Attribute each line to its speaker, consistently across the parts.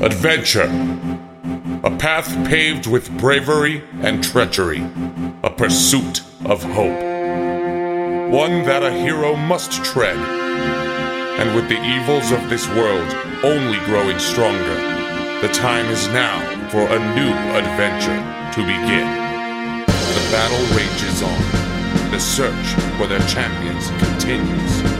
Speaker 1: Adventure. A path paved with bravery and treachery. A pursuit of hope. One that a hero must tread. And with the evils of this world only growing stronger, the time is now for a new adventure to begin. The battle rages on. The search for their champions continues.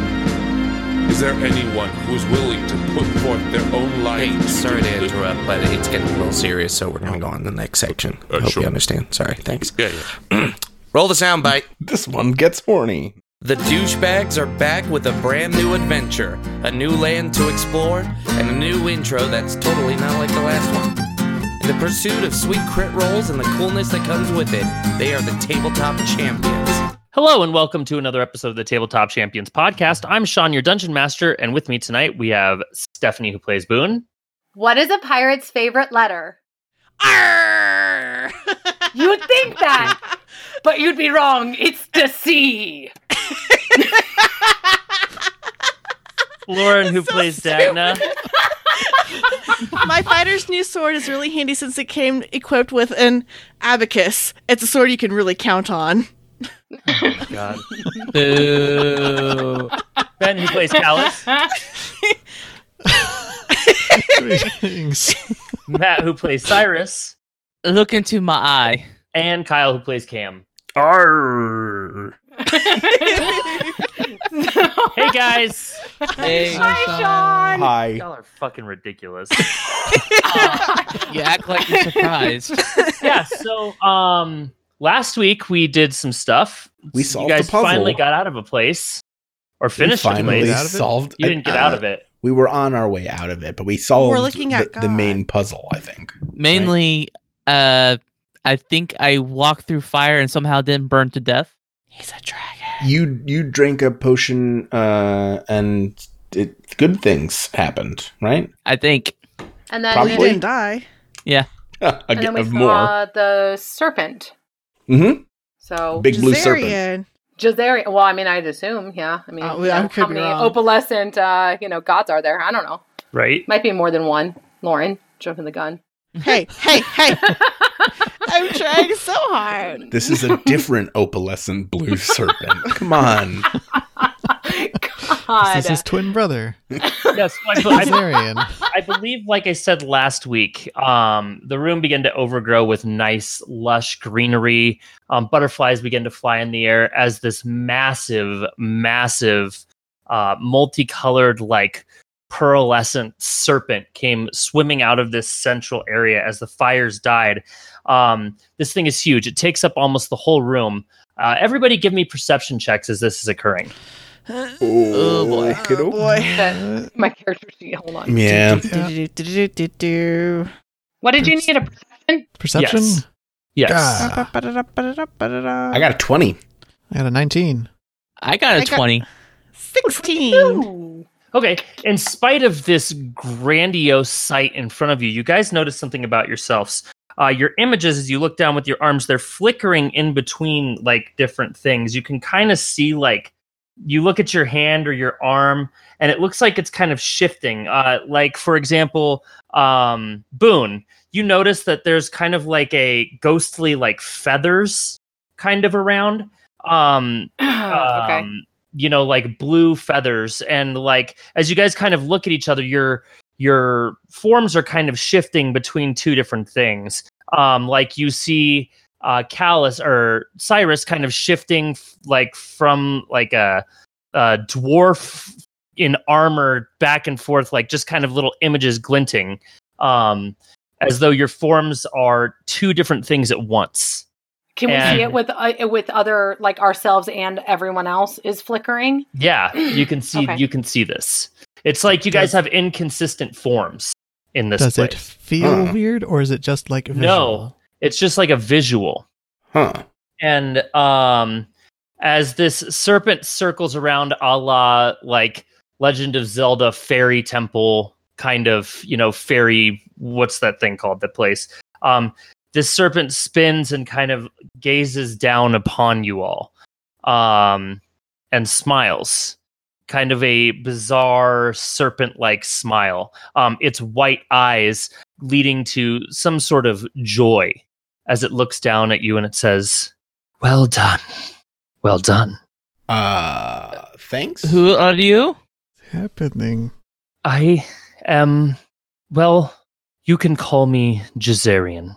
Speaker 1: Is there anyone who is willing to put forth their own life?
Speaker 2: Hey, sorry to interrupt, but it's getting a little serious, so we're gonna go on to the next section. I
Speaker 1: Uh,
Speaker 2: Hope
Speaker 1: sure.
Speaker 2: you understand. Sorry, thanks.
Speaker 1: Yeah, yeah.
Speaker 2: Roll the soundbite.
Speaker 3: This one gets horny.
Speaker 2: The douchebags are back with a brand new adventure, a new land to explore, and a new intro that's totally not like the last one. In the pursuit of sweet crit rolls and the coolness that comes with it, they are the tabletop champions.
Speaker 4: Hello and welcome to another episode of the Tabletop Champions podcast. I'm Sean, your dungeon master, and with me tonight we have Stephanie, who plays Boone.
Speaker 5: What is a pirate's favorite letter?
Speaker 6: Arr!
Speaker 5: You would think that, but you'd be wrong. It's the C.
Speaker 4: Lauren, who plays Dagna.
Speaker 6: My fighter's new sword is really handy since it came equipped with an abacus. It's a sword you can really count on.
Speaker 2: God.
Speaker 4: Boo. Ben, who plays Callus.
Speaker 7: Greetings.
Speaker 4: Matt, who plays Cyrus.
Speaker 8: Look into my eye.
Speaker 4: And Kyle, who plays Cam. Hey, guys.
Speaker 5: Hi, Sean.
Speaker 3: Hi.
Speaker 4: Y'all are fucking ridiculous.
Speaker 8: You act like you're surprised.
Speaker 4: yeah, so um, last week we did some stuff.
Speaker 3: We
Speaker 4: You
Speaker 3: solved
Speaker 4: guys
Speaker 3: a puzzle.
Speaker 4: finally got out of a place. Or
Speaker 3: we
Speaker 4: finished a
Speaker 3: finally
Speaker 4: place.
Speaker 7: out of it?
Speaker 3: solved.
Speaker 4: You didn't get out of it.
Speaker 3: We were on our way out of it, but we solved
Speaker 6: looking at
Speaker 3: the, the
Speaker 6: God.
Speaker 3: main puzzle. I think.
Speaker 8: Mainly, uh, I think I walked through fire and somehow didn't burn to death.
Speaker 6: He's a dragon.
Speaker 3: You you drank a potion, uh, and it, good things happened, right?
Speaker 8: I think.
Speaker 5: And then
Speaker 3: Probably.
Speaker 6: You
Speaker 5: we did,
Speaker 6: didn't die.
Speaker 5: and then
Speaker 3: Again,
Speaker 5: we
Speaker 3: of
Speaker 5: saw
Speaker 3: uh, more.
Speaker 5: the serpent.
Speaker 3: Mm-hmm.
Speaker 5: So
Speaker 3: Big blue serpent.
Speaker 6: Jazarian.
Speaker 5: Jazarian. Well, I mean, I'd assume, yeah. I mean,
Speaker 6: Uh,
Speaker 5: you
Speaker 6: well, I
Speaker 5: know,
Speaker 6: could
Speaker 5: how
Speaker 6: be
Speaker 5: many
Speaker 6: wrong.
Speaker 5: opalescent, uh, you know, gods are there? I don't know.
Speaker 4: Right?
Speaker 5: Might be more than one. Lauren, jumping the gun.
Speaker 6: Hey, hey, hey. I'm trying so hard.
Speaker 3: This is a different opalescent blue serpent. Come on.
Speaker 5: God.
Speaker 7: This is his twin brother,
Speaker 4: yes. I, I-
Speaker 7: Azarian.
Speaker 4: I believe, like I said last week, um, the room began to overgrow with nice, lush greenery. Um, butterflies began to fly in the air as this massive, massive, uh, multicolored, like pearlescent serpent came swimming out of this central area as the fires died. Um, this thing is huge. It takes up almost the whole room. Uh, everybody, give me perception checks as this is occurring.
Speaker 3: Oh,
Speaker 8: boy.
Speaker 6: Oh, boy.
Speaker 5: That- my character sheet. Hold on.
Speaker 3: Yeah.
Speaker 7: Yeah.
Speaker 6: Do-do-do-do-do-do.
Speaker 5: What did you need? A perception?
Speaker 7: Perception?
Speaker 4: Yes. Yes.
Speaker 7: God. Ah.
Speaker 6: Ba-ba-ba-da-da-ba-da-da.
Speaker 3: Uh, I got a twenty.
Speaker 7: I had a 19.
Speaker 8: I got a
Speaker 6: I got-
Speaker 8: 20.
Speaker 6: 16.
Speaker 4: Okay. In spite of this grandiose sight in front of you, you guys notice something about yourselves. Uh, your images, as you look down with your arms, they're flickering in between like different things. You can kind of see like you look at your hand or your arm, and it looks like it's kind of shifting. Uh, like for example, um, Boone, you notice that there's kind of like a ghostly like feathers kind of around. Um,
Speaker 5: okay.
Speaker 4: um, you know like blue feathers and like as you guys kind of look at each other your your forms are kind of shifting between two different things um like you see uh callus or cyrus kind of shifting f- like from like a, a dwarf in armor back and forth like just kind of little images glinting um as though your forms are two different things at once
Speaker 5: Can we
Speaker 4: and-
Speaker 5: see it with uh, with other like ourselves and everyone else is flickering?
Speaker 4: Yeah, you can see
Speaker 5: Okay.
Speaker 4: you can see this. It's like you guys have inconsistent forms in this
Speaker 7: Does
Speaker 4: place.
Speaker 7: it feel
Speaker 3: Huh.
Speaker 7: weird or is it just like visual?
Speaker 4: No. It's just like a visual.
Speaker 3: Huh.
Speaker 4: And um as this serpent circles around a la like Legend of Zelda fairy temple kind of, you know, fairy what's that thing called? The place. Um this serpent spins and kind of gazes down upon you all. Um and smiles. kind of a bizarre serpent like smile. Um, its white eyes leading to some sort of joy as it looks down at you and it says, Well done. Well done.
Speaker 3: Uh, thanks.
Speaker 8: Who are you?
Speaker 7: happening?
Speaker 4: I am, well, you can call me Jezerian.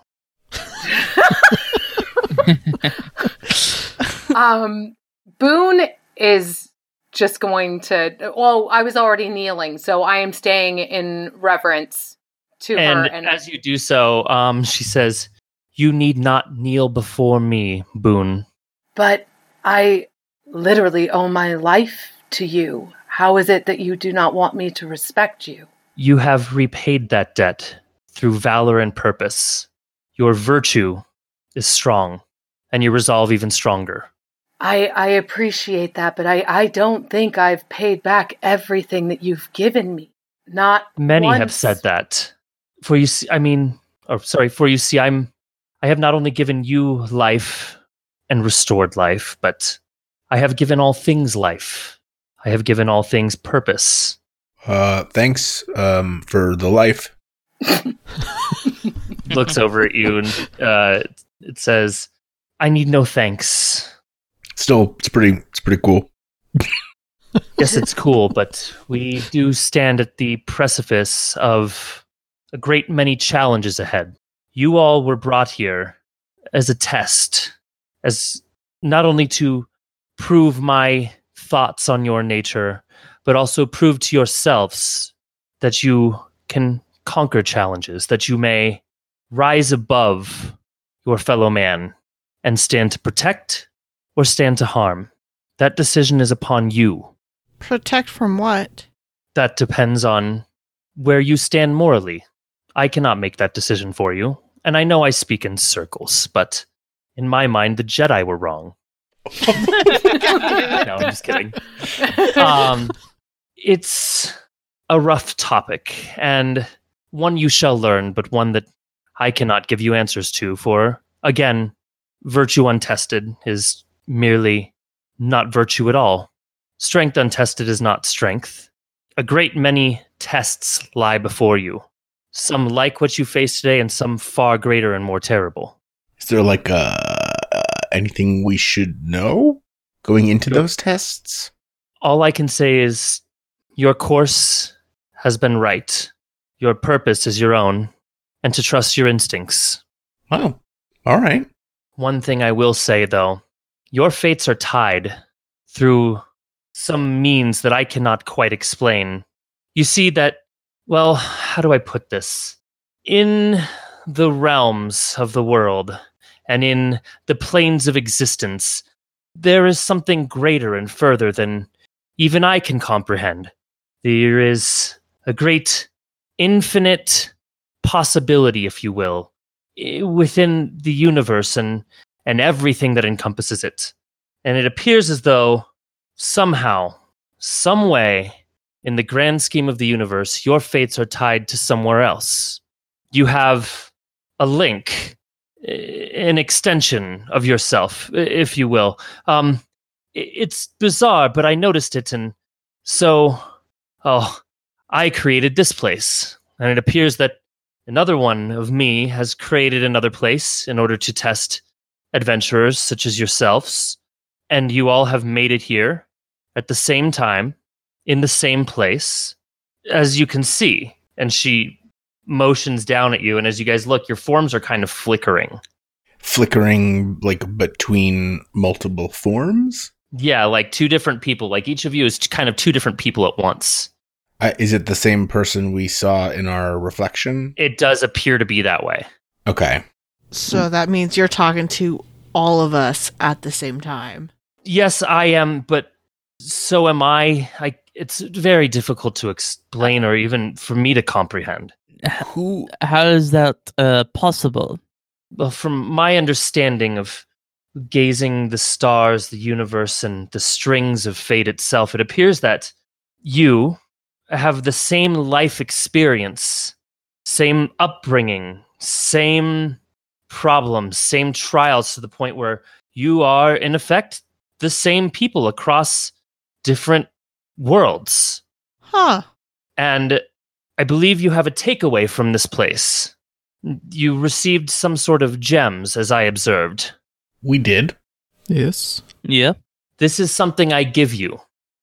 Speaker 5: Um, Boone is just going to. Well, I was already kneeling, so I am staying in reverence to her.
Speaker 4: And
Speaker 5: And
Speaker 4: as you do so, um, she says, You need not kneel before me, Boone.
Speaker 5: but I literally owe my life to you. How is it that you do not want me to respect you?
Speaker 4: You have repaid that debt through valor and purpose. Your virtue is strong, and your resolve even stronger.
Speaker 5: I I appreciate that, but I I don't think I've paid back everything that you've given me. Not
Speaker 4: Many have
Speaker 5: Once-
Speaker 4: said that. For you see, I mean, or sorry, for you see, I'm, I have not only given you life and restored life, but I have given all things life. I have given all things purpose.
Speaker 3: Uh, thanks um, for the life.
Speaker 4: Looks over at you and uh, it says, I need no thanks.
Speaker 3: Still, it's pretty. It's pretty cool.
Speaker 4: yes, it's cool, but we do stand at the precipice of a great many challenges ahead. You all were brought here as a test, as not only to prove my thoughts on your nature, but also prove to yourselves that you can conquer challenges, that you may rise above your fellow man and stand to protect or stand to harm. That decision is upon you
Speaker 6: Protect from what?
Speaker 4: that depends on where you stand morally. I cannot make that decision for you. And I know I speak in circles, but in my mind, the Jedi were wrong. No, I'm just kidding. Um, it's a rough topic and one you shall learn, but one that I cannot give you answers to. For again, virtue untested is merely not virtue at all. Strength untested is not strength a great many tests lie before you. Some like what you face today, and some far greater and more terrible.
Speaker 3: Is there like uh, anything we should know going into those tests?
Speaker 4: All I can say is your course has been right, your purpose is your own, and to trust your instincts.
Speaker 3: Wow. All right.
Speaker 4: One thing I will say, though, your fates are tied through some means that I cannot quite explain. You see that, well, how do I put this? In the realms of the world and in the planes of existence, there is something greater and further than even I can comprehend. There is a great infinite possibility, if you will, i- within the universe and, and everything that encompasses it. And it appears as though somehow, some way, in the grand scheme of the universe, your fates are tied to somewhere else. You have a link, i- an extension of yourself, i- if you will. Um, i- it's bizarre, but I noticed it, and so, oh, I created this place, and it appears that another one of me has created another place in order to test adventurers such as yourselves and you all have made it here at the same time in the same place as you can see and she motions down at you and as you guys look your forms are kind of flickering
Speaker 3: Flickering like between multiple forms.
Speaker 4: yeah like two different people like each of you is kind of two different people at once
Speaker 3: Uh, is it the same person we saw in our reflection?
Speaker 4: it does appear to be that way
Speaker 3: Okay.
Speaker 6: So that means you're talking to all of us at the same time.
Speaker 4: yes i am but so am i i it's very difficult to explain or even for me to comprehend
Speaker 3: Who?
Speaker 8: How is that uh, possible?
Speaker 4: well, from my understanding of gazing the stars, the universe, and the strings of fate itself, it appears that you have the same life experience, same upbringing, same problems, same trials to the point where you are, in effect, the same people across different worlds.
Speaker 6: Huh.
Speaker 4: And I believe you have a takeaway from this place. You received some sort of gems, as I observed.
Speaker 9: We did.
Speaker 7: Yes.
Speaker 8: Yeah.
Speaker 4: This is something I give you.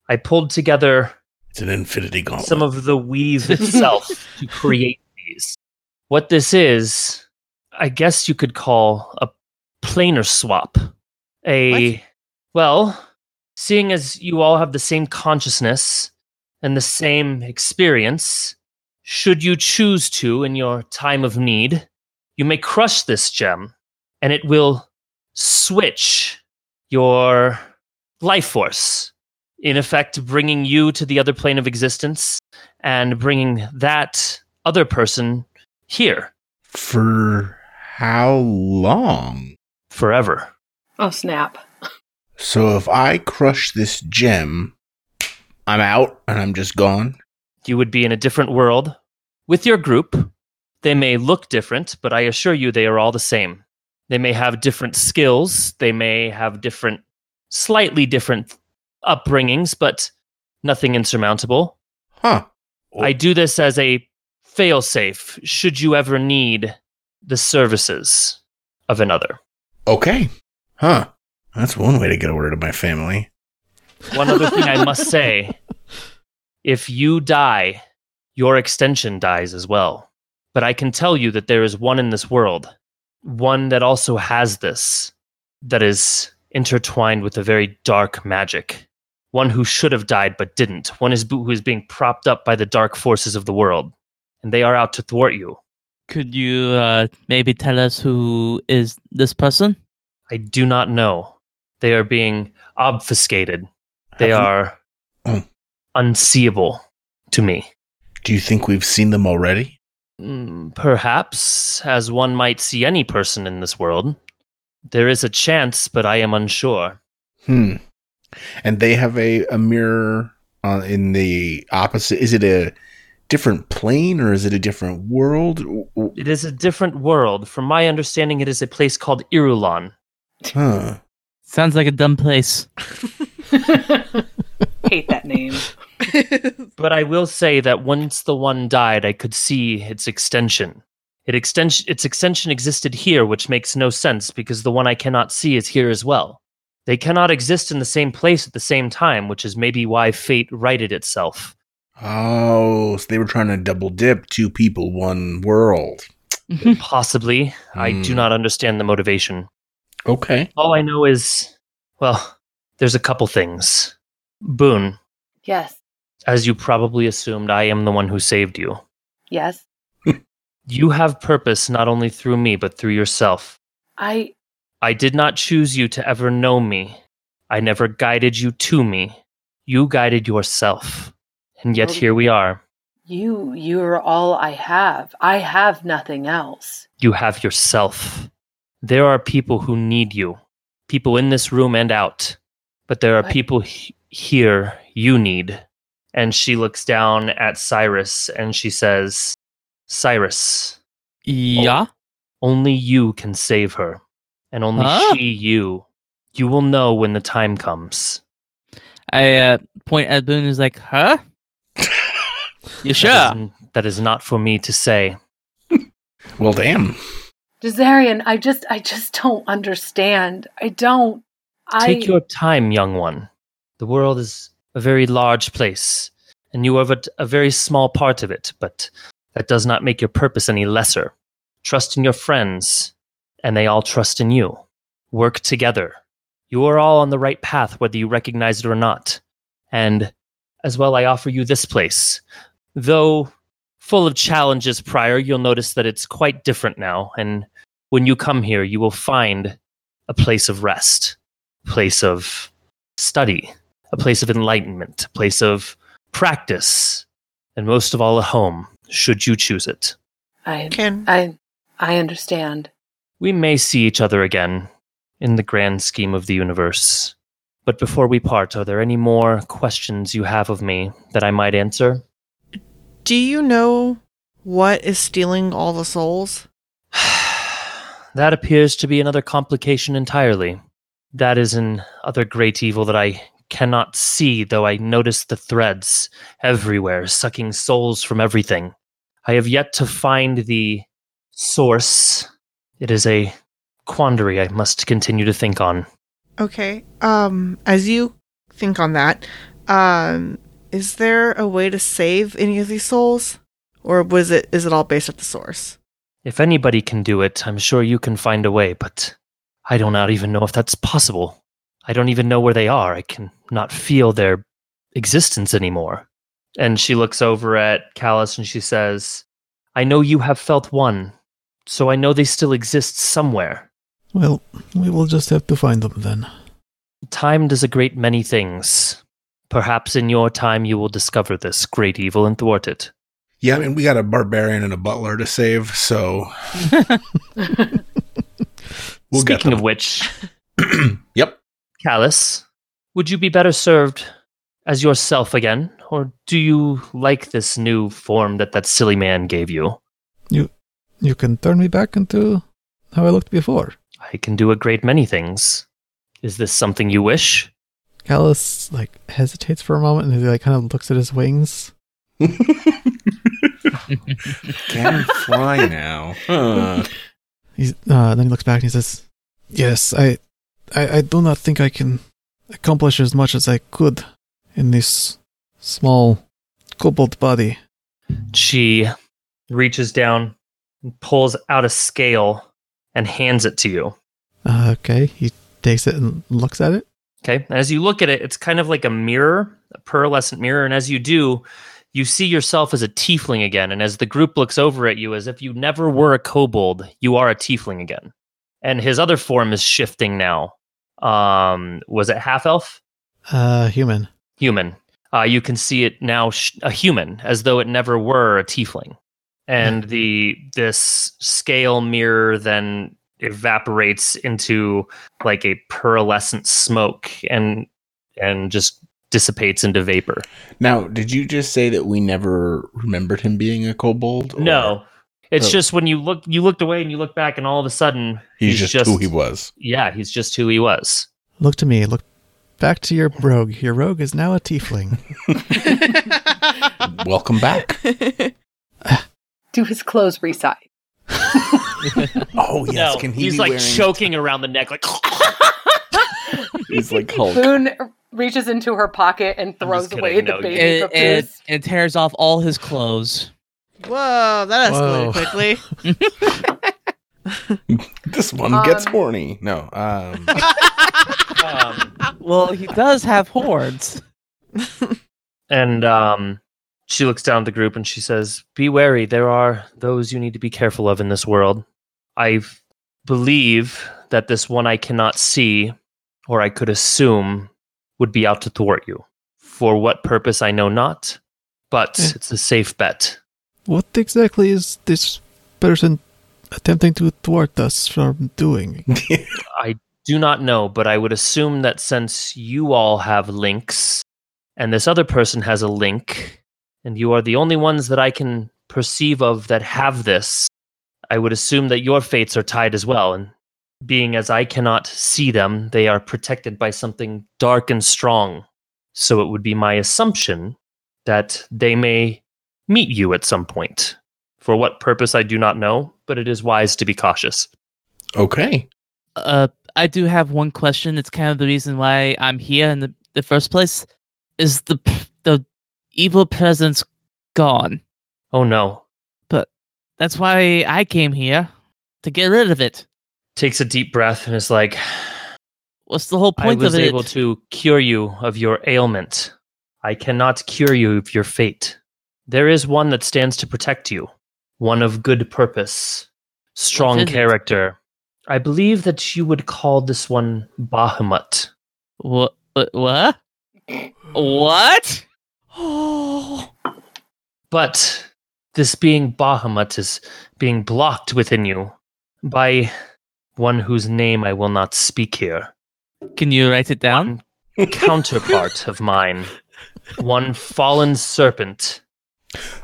Speaker 4: I pulled together
Speaker 9: It's an infinity gauntlet.
Speaker 4: some of the weave itself to create these. What this is, I guess you could call a planar swap. A well, seeing as you all have the same consciousness and the same experience, should you choose to in your time of need, you may crush this gem and it will switch your life force in effect bringing you to the other plane of existence and bringing that other person here
Speaker 9: For how long?
Speaker 4: forever.
Speaker 5: Oh snap!
Speaker 9: So if I crush this gem, I'm out and I'm just gone.
Speaker 4: You would be in a different world with your group. They may look different, but I assure you they are all the same. They may have different skills, they may have different, slightly different upbringings, but nothing insurmountable.
Speaker 9: Huh. Oh.
Speaker 4: I do this as a failsafe should you ever need the services of another.
Speaker 9: Okay. Huh. That's one way to get over to my family.
Speaker 4: One other thing I must say if you die, your extension dies as well. But I can tell you that there is one in this world, one that also has this, that is intertwined with a very dark magic. One who should have died but didn't. One is who is being propped up by the dark forces of the world, and they are out to thwart you.
Speaker 8: Could you uh, maybe tell us who is this person?
Speaker 4: I do not know. They are being obfuscated. They
Speaker 9: Haven't-
Speaker 4: are
Speaker 9: Mm.
Speaker 4: unseeable to me.
Speaker 9: Do you think we've seen them already?
Speaker 4: Mm, Perhaps, as one might see any person in this world. There is a chance, but I am unsure.
Speaker 9: Hmm. And they have a, a mirror uh, in the opposite. Is it a different plane or is it a different world? W- w-
Speaker 4: It is a different world. From my understanding, it is a place called Irulan.
Speaker 9: Huh.
Speaker 8: Sounds like a dumb place.
Speaker 5: Hate that name.
Speaker 4: But I will say that once the one died, I could see its extension. It extension its extension existed here, which makes no sense because the one I cannot see is here as well. They cannot exist in the same place at the same time, which is maybe why fate righted itself.
Speaker 9: Oh, so they were trying to double dip two people, one world.
Speaker 4: Possibly. I do
Speaker 9: Hmm.
Speaker 4: not understand the motivation.
Speaker 9: Okay.
Speaker 4: All I know is, well, there's a couple things. Boone,
Speaker 5: Yes,
Speaker 4: as you probably assumed, I am the one who saved you.
Speaker 5: yes.
Speaker 4: You have purpose not only through me, but through yourself.
Speaker 5: I
Speaker 4: I did not choose you to ever know me. I never guided you to me. You guided yourself. And yet
Speaker 5: Well-
Speaker 4: here we are.
Speaker 5: you you are all I have. I have nothing else.
Speaker 4: You have yourself. There are people who need you, people in this room and out. But there are
Speaker 5: I-
Speaker 4: people he- here you need. And she looks down at Cyrus and she says, Cyrus,
Speaker 8: Yeah.
Speaker 4: only you can save her. And only
Speaker 8: Huh?
Speaker 4: she, you. You will know when the time comes.
Speaker 8: I uh, point at Boone. Is like, huh? you
Speaker 4: That
Speaker 8: sure?
Speaker 4: is, that is not for me to say.
Speaker 9: Well, damn.
Speaker 5: Desarian, I just I just don't understand. I don't. I
Speaker 4: Take your time, young one. The world is a very large place, and you are but a very small part of it, but that does not make your purpose any lesser. Trust in your friends, and they all trust in you. Work together. You are all on the right path, whether you recognize it or not. And as well, I offer you this place. Though full of challenges prior, you'll notice that it's quite different now, and when you come here, you will find a place of rest place of study, a place of enlightenment, a place of practice, and most of all, a home, should you choose it.
Speaker 5: I
Speaker 6: Can
Speaker 5: I I understand.
Speaker 4: We may see each other again in the grand scheme of the universe. But before we part, are there any more questions you have of me that I might answer?
Speaker 6: do you know what is stealing all the souls?
Speaker 4: That appears to be another complication entirely. That is an other great evil that I cannot see, though I notice the threads everywhere, sucking souls from everything. I have yet to find the source. It is a quandary I must continue to think on.
Speaker 6: Okay. Um, as you think on that, um, is there a way to save any of these souls, or was it is it all based at the source?
Speaker 4: If anybody can do it, I'm sure you can find a way, but I do not even know if that's possible. I don't even know where they are. I can not feel their existence anymore. And she looks over at Callus and she says, I know you have felt one, so I know they still exist somewhere.
Speaker 7: Well, we will just have to find them then.
Speaker 4: Time does a great many things. Perhaps in your time you will discover this great evil and thwart it.
Speaker 9: Yeah, I mean, we got a barbarian and a butler to save, so we'll get
Speaker 4: Speaking
Speaker 9: them.
Speaker 4: of which,
Speaker 9: yep.
Speaker 4: Callus, would you be better served as yourself again, or do you like this new form that that silly man gave you?
Speaker 7: You can turn me back into how I looked before.
Speaker 4: I can do a great many things. Is this something you wish?
Speaker 7: Callus like hesitates for a moment and he like kind of looks at his wings.
Speaker 9: Can fly now. Huh.
Speaker 7: He's, uh, then he looks back and he says, "Yes, I, I, I do not think I can accomplish as much as I could in this small cobalt body."
Speaker 4: She reaches down and pulls out a scale and hands it to you.
Speaker 7: Uh, okay, he takes it and looks at it.
Speaker 4: Okay. As you look at it, it's kind of like a mirror, a pearlescent mirror. And as you do, you see yourself as a tiefling again. And as the group looks over at you, as if you never were a kobold, you are a tiefling again. And his other form is shifting now. Um, was it half elf?
Speaker 7: Uh, human.
Speaker 4: human. Uh, you can see it now, sh- a human, as though it never were a tiefling. And
Speaker 9: Hmm.
Speaker 4: the this scale mirror then evaporates into like a pearlescent smoke and and just dissipates into vapor.
Speaker 9: Now, did you just say that we never remembered him being a kobold? or-
Speaker 4: No, it's
Speaker 9: Oh.
Speaker 4: just when you look you looked away and you look back, and all of a sudden
Speaker 9: He's, just, who he was.
Speaker 4: Yeah, he's just who he was.
Speaker 7: Look to me. Look back to your rogue. Your rogue is now a tiefling.
Speaker 9: Welcome back.
Speaker 5: Do his clothes resize?
Speaker 9: Oh yes,
Speaker 4: no,
Speaker 9: can he
Speaker 4: he's
Speaker 9: be
Speaker 4: like
Speaker 9: wearing-
Speaker 4: choking around the neck, like
Speaker 9: He's like Hulk.
Speaker 5: Boone reaches into her pocket and
Speaker 4: I'm just
Speaker 5: throws away
Speaker 4: kidding,
Speaker 5: the
Speaker 4: no,
Speaker 5: baby
Speaker 8: and, and,
Speaker 5: papoose.
Speaker 8: and tears off all his clothes.
Speaker 6: Whoa, that
Speaker 7: Whoa.
Speaker 6: escalated quickly.
Speaker 9: This one
Speaker 5: Um,
Speaker 9: gets horny. No, um,
Speaker 4: um,
Speaker 8: Well, he does have horns.
Speaker 4: And um, she looks down at the group and she says, Be wary. There are those you need to be careful of in this world. I believe that this one I cannot see, or I could assume, would be out to thwart you. For what purpose, I know not, but
Speaker 7: Yeah.
Speaker 4: it's a safe bet.
Speaker 7: what exactly is this person attempting to thwart us from doing?
Speaker 4: Do not know, but I would assume that since you all have links, and this other person has a link, and you are the only ones that I can perceive of that have this, I would assume that your fates are tied as well. And being as I cannot see them, they are protected by something dark and strong. So it would be my assumption that they may meet you at some point. For what purpose, I do not know, but it is wise to be cautious.
Speaker 9: okay.
Speaker 8: Uh, I do have one question. It's kind of the reason why I'm here in the, the first place. Is the p- the evil presence gone?
Speaker 4: Oh no,
Speaker 8: That's why I came here to get rid of it.
Speaker 4: takes a deep breath and is like,
Speaker 8: What's the whole
Speaker 4: I
Speaker 8: point
Speaker 4: was
Speaker 8: of it?
Speaker 4: able to cure you of your ailment. I cannot cure you of your fate. There is one that stands to protect you, one of good purpose,
Speaker 8: What
Speaker 4: strong
Speaker 8: is it?
Speaker 4: character. I believe that you would call this one Bahamut.
Speaker 8: What? What? What?
Speaker 6: oh,
Speaker 4: But this being Bahamut is being blocked within you by one whose name I will not speak here.
Speaker 8: Can you write it down?
Speaker 4: One counterpart of mine, one fallen serpent.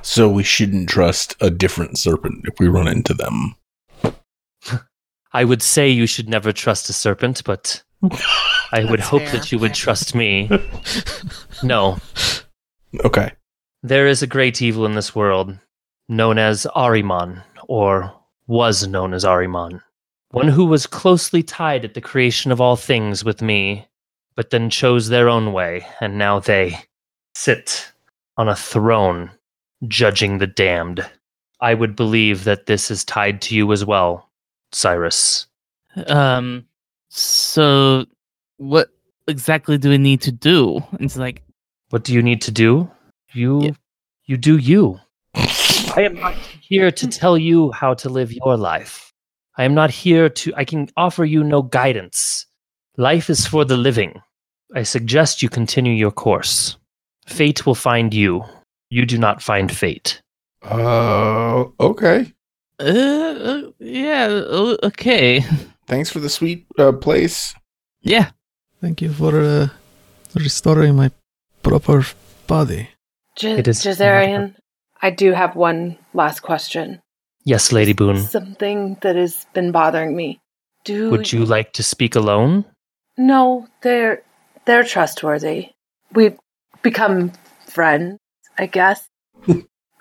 Speaker 9: So we shouldn't trust a different serpent if we run into them.
Speaker 4: I would say you should never trust a serpent, but I would
Speaker 6: That's
Speaker 4: hope
Speaker 6: fair.
Speaker 4: that you would trust me. no,
Speaker 9: Okay.
Speaker 4: there is a great evil in this world known as Ahriman, or was known as Ahriman. One who was closely tied at the creation of all things with me, but then chose their own way, and now they sit on a throne judging the damned. I would believe that this is tied to you as well, Cyrus. Mm-hmm.
Speaker 8: Um, so what exactly do we need to do? And it's like,
Speaker 4: What do you need to do? You
Speaker 8: Yeah.
Speaker 4: you do you. I am not Hmm. here to tell you how to live your life. I am not here to I can offer you no guidance. Life is for the living. I suggest you continue your course. Fate will find you. You do not find fate.
Speaker 9: Uh, okay.
Speaker 8: uh, uh, yeah, o- okay,
Speaker 9: Thanks for the sweet uh, place.
Speaker 8: yeah.
Speaker 7: Thank you for uh, restoring my proper body.
Speaker 5: J-
Speaker 4: It is-
Speaker 5: Jazarian, I do have one last question.
Speaker 4: Yes, Lady Boone.
Speaker 5: Something that has been bothering me. Do
Speaker 4: Would you like to speak alone?
Speaker 5: No, they're they're trustworthy. We've become friends, I guess.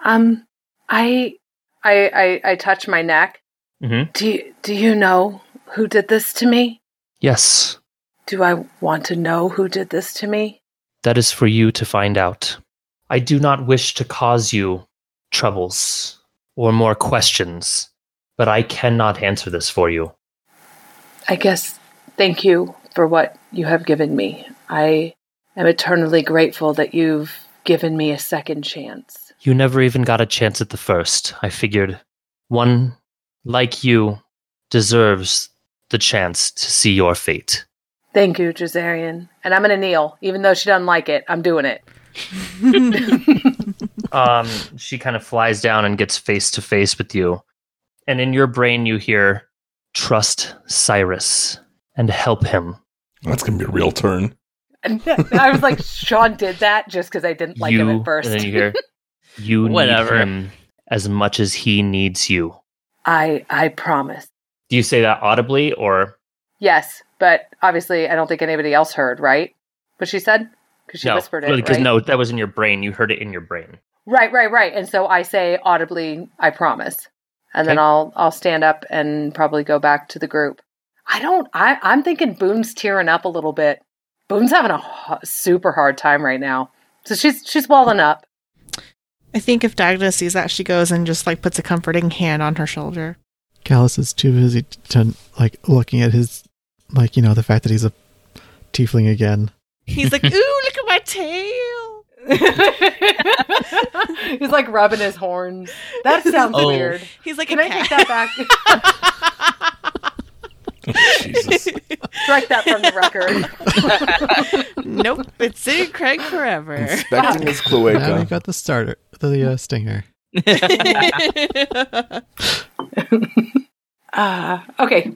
Speaker 5: um I I I I touch my neck.
Speaker 4: Mhm.
Speaker 5: Do you, do you know who did this to me?
Speaker 4: Yes.
Speaker 5: Do I want to know who did this to me?
Speaker 4: That is for you to find out. I do not wish to cause you troubles or more questions, but I cannot answer this for you.
Speaker 5: I guess thank you for what you have given me. I am eternally grateful that you've given me a second chance.
Speaker 4: You never even got a chance at the first. I figured one like you deserves the chance to see your fate.
Speaker 5: Thank you, Jazarian. And I'm going to kneel. Even though she doesn't like it, I'm doing it.
Speaker 4: Um, she kind of flies down and gets face to face with you. And in your brain, you hear, Trust Cyrus and help him.
Speaker 9: That's gonna be a real turn.
Speaker 5: And I was like, Sean did that just because I didn't like
Speaker 4: you,
Speaker 5: him at first.
Speaker 4: And then you hear, you
Speaker 8: Whatever.
Speaker 4: need him as much as he needs you.
Speaker 5: I I promise.
Speaker 4: Do you say that audibly or
Speaker 5: Yes, but obviously I don't think anybody else heard, right? What she said? Because she
Speaker 4: no?
Speaker 5: whispered it.
Speaker 4: Because
Speaker 5: right?
Speaker 4: no, that was in your brain. You heard it in your brain.
Speaker 5: Right, right, right. And so I say audibly, I promise. And then
Speaker 4: Okay.
Speaker 5: I'll I'll stand up and probably go back to the group. I don't I I'm thinking Boone's tearing up a little bit. Boone's having a h- super hard time right now. So she's she's welling up.
Speaker 6: I think if Diana sees that, she goes and just like puts a comforting hand on her shoulder.
Speaker 7: Callus is too busy to like looking at his, like you know, the fact that he's a tiefling again.
Speaker 6: He's like, "Ooh, look at my tail."
Speaker 5: He's like rubbing his horns. That sounds
Speaker 8: Oh.
Speaker 5: weird.
Speaker 6: He's like,
Speaker 5: Can
Speaker 6: a
Speaker 5: I take
Speaker 6: cat.
Speaker 5: that back?
Speaker 9: Jesus.
Speaker 5: Strike that from the record.
Speaker 6: nope, it's sitting Craig forever.
Speaker 9: Inspecting his
Speaker 7: Now we
Speaker 9: cloaca.
Speaker 7: got the starter, the uh, stinger.
Speaker 5: Uh, okay.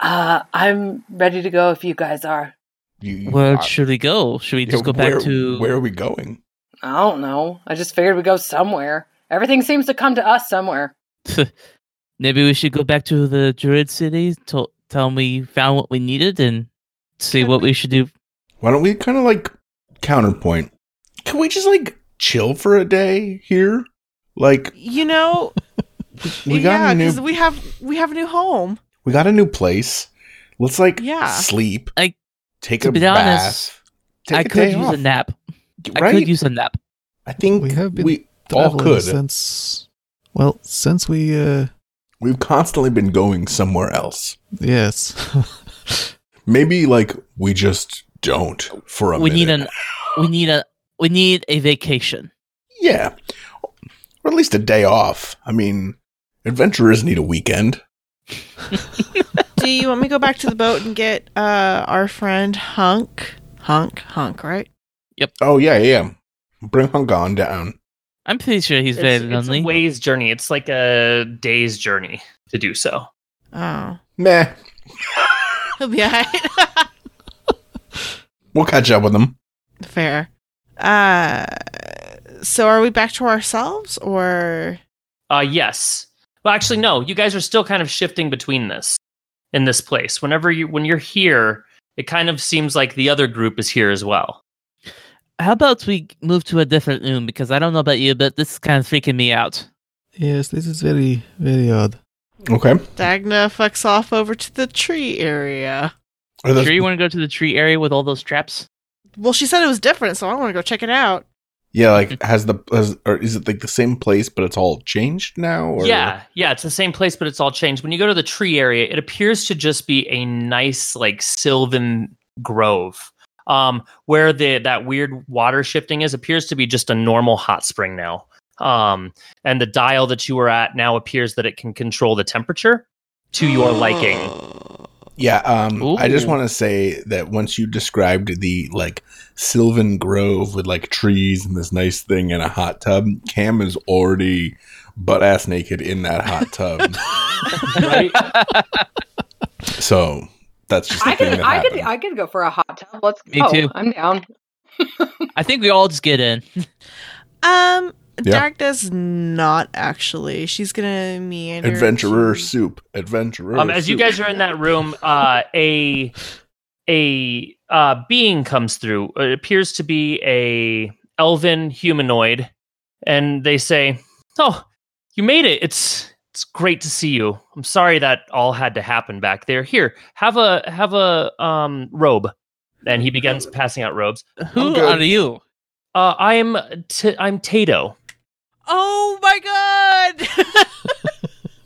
Speaker 5: Uh, I'm ready to go if you guys are.
Speaker 9: You-
Speaker 8: Where
Speaker 9: I-
Speaker 8: should we go? Should we
Speaker 9: yeah,
Speaker 8: just go back
Speaker 9: where-
Speaker 8: to
Speaker 9: where are we going?
Speaker 5: I don't know. I just figured we'd go somewhere. Everything seems to come to us somewhere.
Speaker 8: Maybe we should go back to the Druid City. To tell 'em we found what we needed and see what we should do.
Speaker 9: Why don't we kind of like counterpoint? Can we just like chill for a day here? Like
Speaker 6: you know,
Speaker 9: we got
Speaker 6: yeah,
Speaker 9: a new
Speaker 6: because we have we have a new home.
Speaker 9: we got a new place. Let's like
Speaker 6: Yeah.
Speaker 9: sleep.
Speaker 8: I-
Speaker 9: take
Speaker 8: to
Speaker 9: a
Speaker 8: be
Speaker 9: bath.
Speaker 8: honest,
Speaker 9: take
Speaker 8: I
Speaker 9: a
Speaker 8: could
Speaker 9: day
Speaker 8: use
Speaker 9: off,
Speaker 8: a nap. I
Speaker 9: Right?
Speaker 8: could use a nap.
Speaker 9: I think
Speaker 7: We
Speaker 9: we
Speaker 7: have been
Speaker 9: all
Speaker 7: Traveling
Speaker 9: could.
Speaker 7: since. Well, since we uh,
Speaker 9: We've constantly been going somewhere else.
Speaker 7: yes,
Speaker 9: Maybe like we just don't for a
Speaker 8: we
Speaker 9: minute.
Speaker 8: need an we need a we need a vacation.
Speaker 9: yeah, or at least a day off. I mean, adventurers need a weekend.
Speaker 6: Do you want me to go back to the boat and get uh our friend Hunk? Hunk, Hunk, right?
Speaker 9: Oh yeah, yeah. Bring Hong Kong down.
Speaker 8: I'm pretty sure he's very lonely.
Speaker 4: a ways journey. It's like a day's journey to do so.
Speaker 6: Oh,
Speaker 9: Meh.
Speaker 6: he'll be alright.
Speaker 9: We'll catch up with them.
Speaker 6: Fair. Uh, so are we back to ourselves or?
Speaker 4: Uh yes. Well actually no, you guys are still kind of shifting between this in this place. Whenever you when you're here, It kind of seems like the other group is here as well.
Speaker 8: How about we move to a different room? Because I don't know about you, but this is kind of freaking me out.
Speaker 7: Yes, this is very, very odd.
Speaker 9: Okay.
Speaker 6: Dagna fucks off over to the tree area.
Speaker 9: Are those-
Speaker 8: sure, you want to go to the tree area with all those traps?
Speaker 6: Well, she said it was different, so I want to go check it out.
Speaker 9: yeah, like has the has, or is it like the same place but it's all changed now? Or?
Speaker 4: Yeah, yeah, it's the same place, but it's all changed. When you go to the tree area, it appears to just be a nice, like sylvan grove. Um, where the that weird water shifting is appears to be just a normal hot spring now. Um, and the dial that you were at now appears that it can control the temperature to your liking.
Speaker 9: Yeah, um, I just
Speaker 8: Ooh.
Speaker 9: want to say that once you described the like sylvan grove with like trees and this nice thing and a hot tub, Cam is already butt ass naked in that hot tub.
Speaker 4: Right?
Speaker 9: so that's just the
Speaker 5: I
Speaker 9: thing
Speaker 5: could,
Speaker 9: that
Speaker 5: I could,
Speaker 9: happened.
Speaker 5: I could go for a hot tub. Let's
Speaker 8: Me
Speaker 5: go.
Speaker 8: too.
Speaker 5: I'm down.
Speaker 8: I think we all just get in.
Speaker 6: Um,
Speaker 9: Yeah.
Speaker 6: Dagna's not actually. She's gonna meander.
Speaker 9: Adventurer
Speaker 6: to-
Speaker 9: soup, adventurer.
Speaker 4: Um, as you
Speaker 9: soup.
Speaker 4: guys are in that room, uh, a a uh, being comes through. It appears to be a elven humanoid, and they say, "Oh, you made it! It's it's great to see you. I'm sorry that all had to happen back there. Here, have a have a um robe." And he begins passing out robes.
Speaker 8: Who
Speaker 9: good.
Speaker 8: are you?
Speaker 4: Uh, I'm t- I'm Tato.
Speaker 6: Oh my god!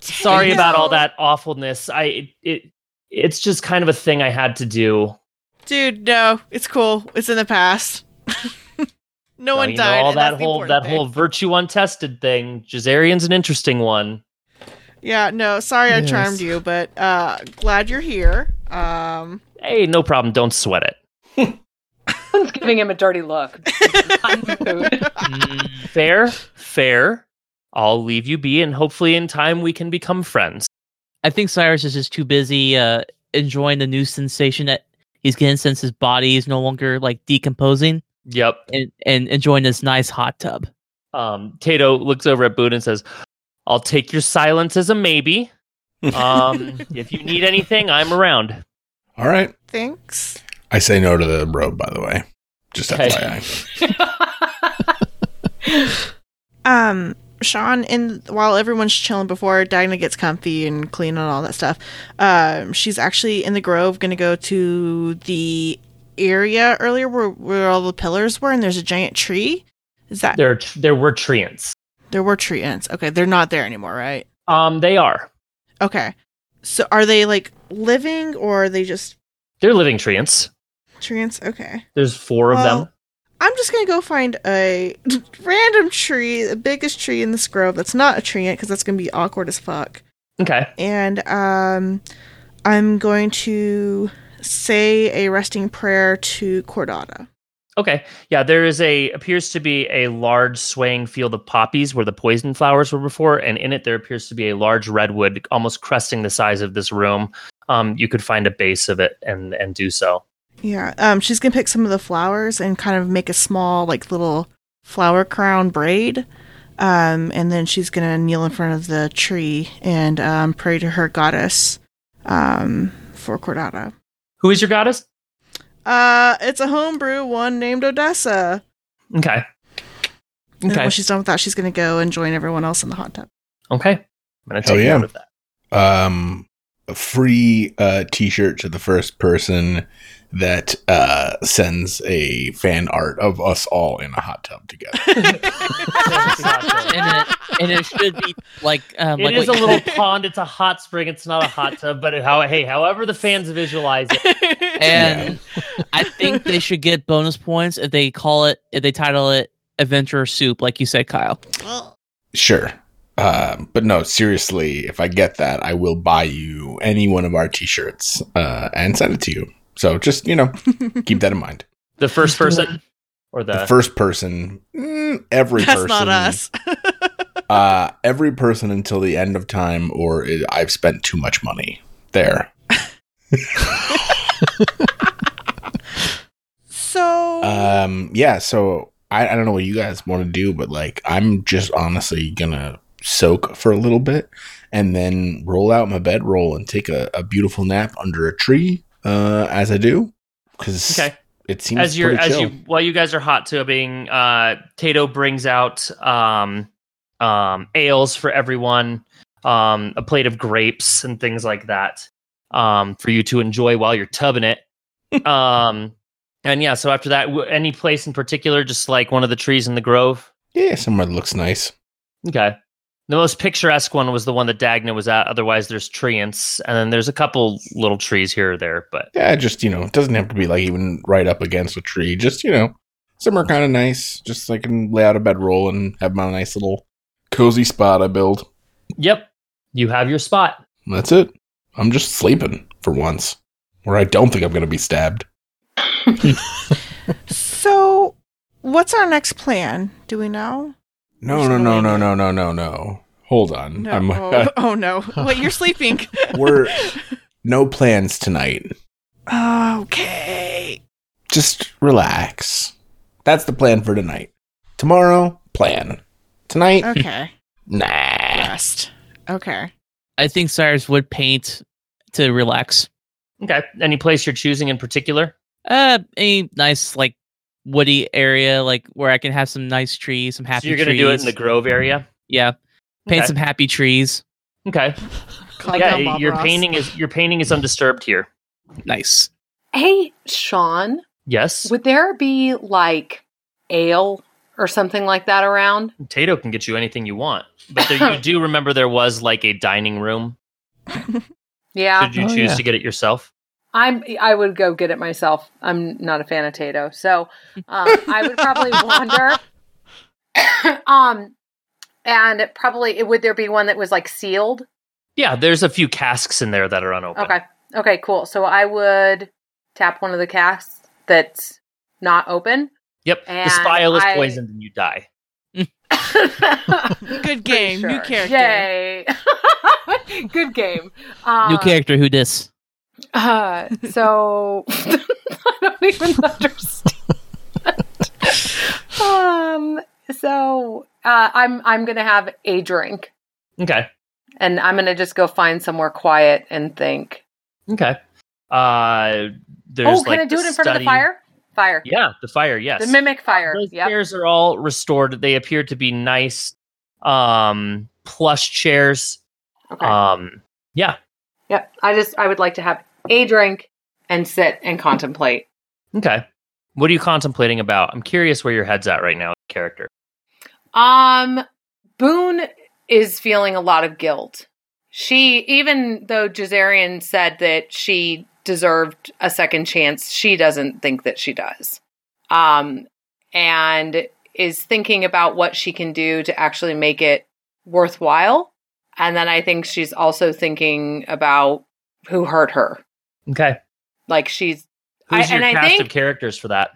Speaker 4: Sorry about all
Speaker 6: Tato.
Speaker 4: that awfulness. I it, it it's just kind of a thing I had to do.
Speaker 6: Dude, no, it's cool. It's in the past. no
Speaker 4: Well,
Speaker 6: one
Speaker 4: you know,
Speaker 6: died.
Speaker 4: all
Speaker 6: and
Speaker 4: that
Speaker 6: that's the
Speaker 4: whole
Speaker 6: important
Speaker 4: that
Speaker 6: thing.
Speaker 4: whole virtue untested thing. Jazarian's an interesting one.
Speaker 6: Yeah, no, sorry I
Speaker 7: Yes.
Speaker 6: charmed you, but uh glad you're here. Um
Speaker 4: Hey, no problem. Don't sweat it.
Speaker 5: Someone's giving him a dirty look.
Speaker 8: Mm,
Speaker 4: Fair, fair. I'll leave you be, and hopefully, in time, we can become friends.
Speaker 8: I think Cyrus is just too busy uh, enjoying the new sensation that he's getting since his body is no longer like decomposing
Speaker 4: Yep.
Speaker 8: and, and enjoying this nice hot tub.
Speaker 4: Um, Tato looks over at Boone and says, "I'll take your silence as a maybe. Um, if you need anything, I'm around."
Speaker 9: all right,
Speaker 6: thanks.
Speaker 9: I say no to the robe. By the way, just
Speaker 4: Okay.
Speaker 9: FYI.
Speaker 6: Um Sean and while everyone's chilling before Dagna gets comfy and clean and all that stuff, um she's actually in the grove gonna go to the area earlier where, where all the pillars were and there's a giant tree. Is that
Speaker 4: There, there were treants.
Speaker 6: there were tree ants. Okay, they're not there anymore, right?
Speaker 4: Um, they are.
Speaker 6: Okay. So are they like living or are they just
Speaker 4: They're living treants.
Speaker 6: treants? Okay.
Speaker 4: There's four of
Speaker 6: Well,
Speaker 4: them.
Speaker 6: I'm just gonna go find a random tree, the biggest tree in this grove that's not a treant because that's gonna be awkward as fuck.
Speaker 4: Okay.
Speaker 6: And um, I'm going to say a resting prayer to Cordata.
Speaker 4: Okay. Yeah, there is a appears to be a large swaying field of poppies where the poison flowers were before, and in it there appears to be a large redwood, almost cresting the size of this room. Um, you could find a base of it and and do so.
Speaker 6: Yeah. Um, she's gonna pick some of the flowers and kind of make a small like little flower crown braid. Um, and then she's gonna kneel in front of the tree and um, pray to her goddess um, for Cordata.
Speaker 4: Who is your goddess?
Speaker 6: Uh, it's a homebrew one named Odessa.
Speaker 4: Okay.
Speaker 8: Uh,
Speaker 6: And then
Speaker 4: Okay.
Speaker 6: when she's done with that, she's gonna go and join everyone else in the hot tub.
Speaker 4: Okay. I'm gonna
Speaker 9: Hell
Speaker 4: take
Speaker 9: yeah.
Speaker 4: note of that.
Speaker 9: Um, a free uh, T-shirt to the first person that uh, sends a fan art of us all in a hot tub together.
Speaker 8: And it, and it should be like um,
Speaker 4: It
Speaker 8: like
Speaker 4: is a
Speaker 8: what-
Speaker 4: little pond. It's a hot spring. It's not a hot tub, but how hey, however the fans visualize it.
Speaker 8: And I think they should get bonus points if they call it, if they title it Adventure Soup, like you said, Kyle.
Speaker 9: Sure. Um, but no, seriously, if I get that, I will buy you any one of our T-shirts uh, and send it to you. So just you know, keep that in mind.
Speaker 4: The first person or the,
Speaker 9: The first person, mm, every
Speaker 6: Uh. That's
Speaker 9: person,
Speaker 6: not us.
Speaker 9: Uh, every person until the end of time, or i I've spent too much money there.
Speaker 6: so
Speaker 9: Um, yeah. So I, I don't know what you guys want to do, but like, I'm just honestly gonna soak for a little bit and then roll out my bedroll and take a, a beautiful nap under a tree uh, as I do because
Speaker 4: Okay.
Speaker 9: it seems
Speaker 4: as you're
Speaker 9: pretty
Speaker 4: as
Speaker 9: chill.
Speaker 4: you while you guys are hot tubbing, uh, Tato brings out um, um, ales for everyone, um, a plate of grapes and things like that um, for you to enjoy while you're tubbing it. um, and yeah, so after that, w- any place in particular, just like one of the trees in the grove.
Speaker 9: yeah, somewhere that looks nice.
Speaker 4: Okay. The most picturesque one was the one that Dagna was at. Otherwise, there's treants, and then there's a couple little trees here or there. But
Speaker 9: Yeah, just you know, it doesn't have to be like even right up against a tree. Just you know, somewhere kind of nice. Just I can lay out a bedroll and have my nice little cozy spot I build.
Speaker 4: yep, you have your spot.
Speaker 9: That's it. I'm just sleeping for once, where I don't think I'm gonna be stabbed.
Speaker 6: So, what's our next plan? Do we know?
Speaker 9: No, no, no, no, no, no, no, no. Hold on.
Speaker 6: No.
Speaker 9: I'm uh,
Speaker 6: Oh, oh, no. Wait, you're sleeping.
Speaker 9: we're no plans tonight.
Speaker 6: okay.
Speaker 9: Just relax. That's the plan for tonight. Tomorrow, plan. Tonight,
Speaker 6: Okay.
Speaker 9: nah.
Speaker 6: Rest. Okay.
Speaker 8: I think Cyrus would paint to relax.
Speaker 4: Okay. Any place you're choosing in particular?
Speaker 8: Uh, a nice like woody area, like where I can have some nice trees, some happy.
Speaker 4: so you're gonna
Speaker 8: trees.
Speaker 4: do it in the grove area.
Speaker 8: yeah. Paint
Speaker 4: Okay.
Speaker 8: some happy trees.
Speaker 4: Okay.
Speaker 6: Calm
Speaker 4: yeah,
Speaker 6: down, Bob
Speaker 4: your
Speaker 6: Ross.
Speaker 4: painting is your painting is undisturbed here.
Speaker 8: Nice.
Speaker 5: Hey, Sean,
Speaker 4: Yes.
Speaker 5: would there be like ale or something like that around?
Speaker 4: Tato can get you anything you want, but there, you do remember there was like a dining room.
Speaker 5: Yeah,
Speaker 4: Should you
Speaker 8: Oh,
Speaker 4: choose
Speaker 8: yeah.
Speaker 4: to get it yourself?
Speaker 5: I'm. I would go get it myself. I'm not a fan of Tato, so um, I would probably wander. um, and it probably it, would there be one that was like sealed?
Speaker 4: Yeah, there's a few casks in there that are unopened.
Speaker 5: Okay. Okay. Cool. So I would tap one of the casks that's not open.
Speaker 4: Yep.
Speaker 5: And
Speaker 4: the spile is
Speaker 5: I-
Speaker 4: poisoned and you die.
Speaker 6: Good game.
Speaker 5: Pretty sure.
Speaker 6: New character.
Speaker 5: Yay. Good game. Um,
Speaker 8: New character. Who dis?
Speaker 5: Uh, so I don't even understand. um. So uh, I'm I'm gonna have a drink,
Speaker 4: Okay.
Speaker 5: and I'm gonna just go find somewhere quiet and think.
Speaker 4: Okay. Uh, there's
Speaker 5: oh, can
Speaker 4: like
Speaker 5: I do
Speaker 4: the
Speaker 5: it in front of the
Speaker 4: study-
Speaker 5: fire? Fire.
Speaker 4: Yeah, the fire. Yes.
Speaker 5: The mimic fire.
Speaker 4: Those
Speaker 5: Yep.
Speaker 4: chairs are all restored. They appear to be nice, um, plush chairs.
Speaker 5: Okay.
Speaker 4: Um, yeah.
Speaker 5: yep. I just I would like to have a drink and sit and contemplate.
Speaker 4: Okay. What are you contemplating about? I'm curious where your head's at right now, character.
Speaker 5: Um, Boone is feeling a lot of guilt. She, even though Jazarian said that she deserved a second chance, she doesn't think that she does. Um, and is thinking about what she can do to actually make it worthwhile. And then I think she's also thinking about who hurt her.
Speaker 4: Okay.
Speaker 5: Like she's,
Speaker 4: Who's
Speaker 5: I-
Speaker 4: your
Speaker 5: and I
Speaker 4: cast of
Speaker 5: think-
Speaker 4: characters for that?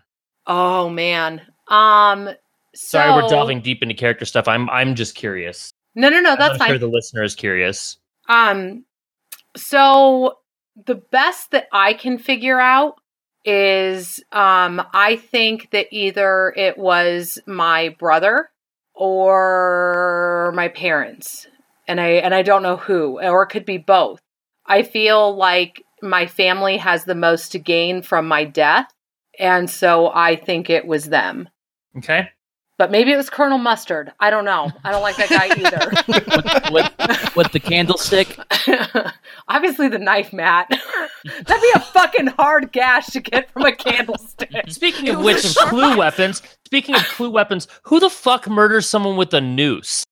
Speaker 5: oh man. Um, so,
Speaker 4: Sorry, we're delving deep into character stuff. I'm I'm just curious.
Speaker 5: No, no, no. Oh, That's
Speaker 4: I'm
Speaker 5: fine.
Speaker 4: sure the listener is curious.
Speaker 5: Um, so the best that I can figure out is um, I think that either it was my brother or my parents, and I and I don't know who, or it could be both. I feel like my family has the most to gain from my death, and so I think it was them.
Speaker 4: Okay.
Speaker 5: But maybe it was Colonel Mustard. I don't know. I don't like that guy either.
Speaker 8: with, with the candlestick.
Speaker 5: Obviously, the knife, Matt. That'd be a fucking hard gash to get from a candlestick.
Speaker 4: Speaking of which, of clue weapons. Speaking of clue weapons, who the fuck murders someone with a noose?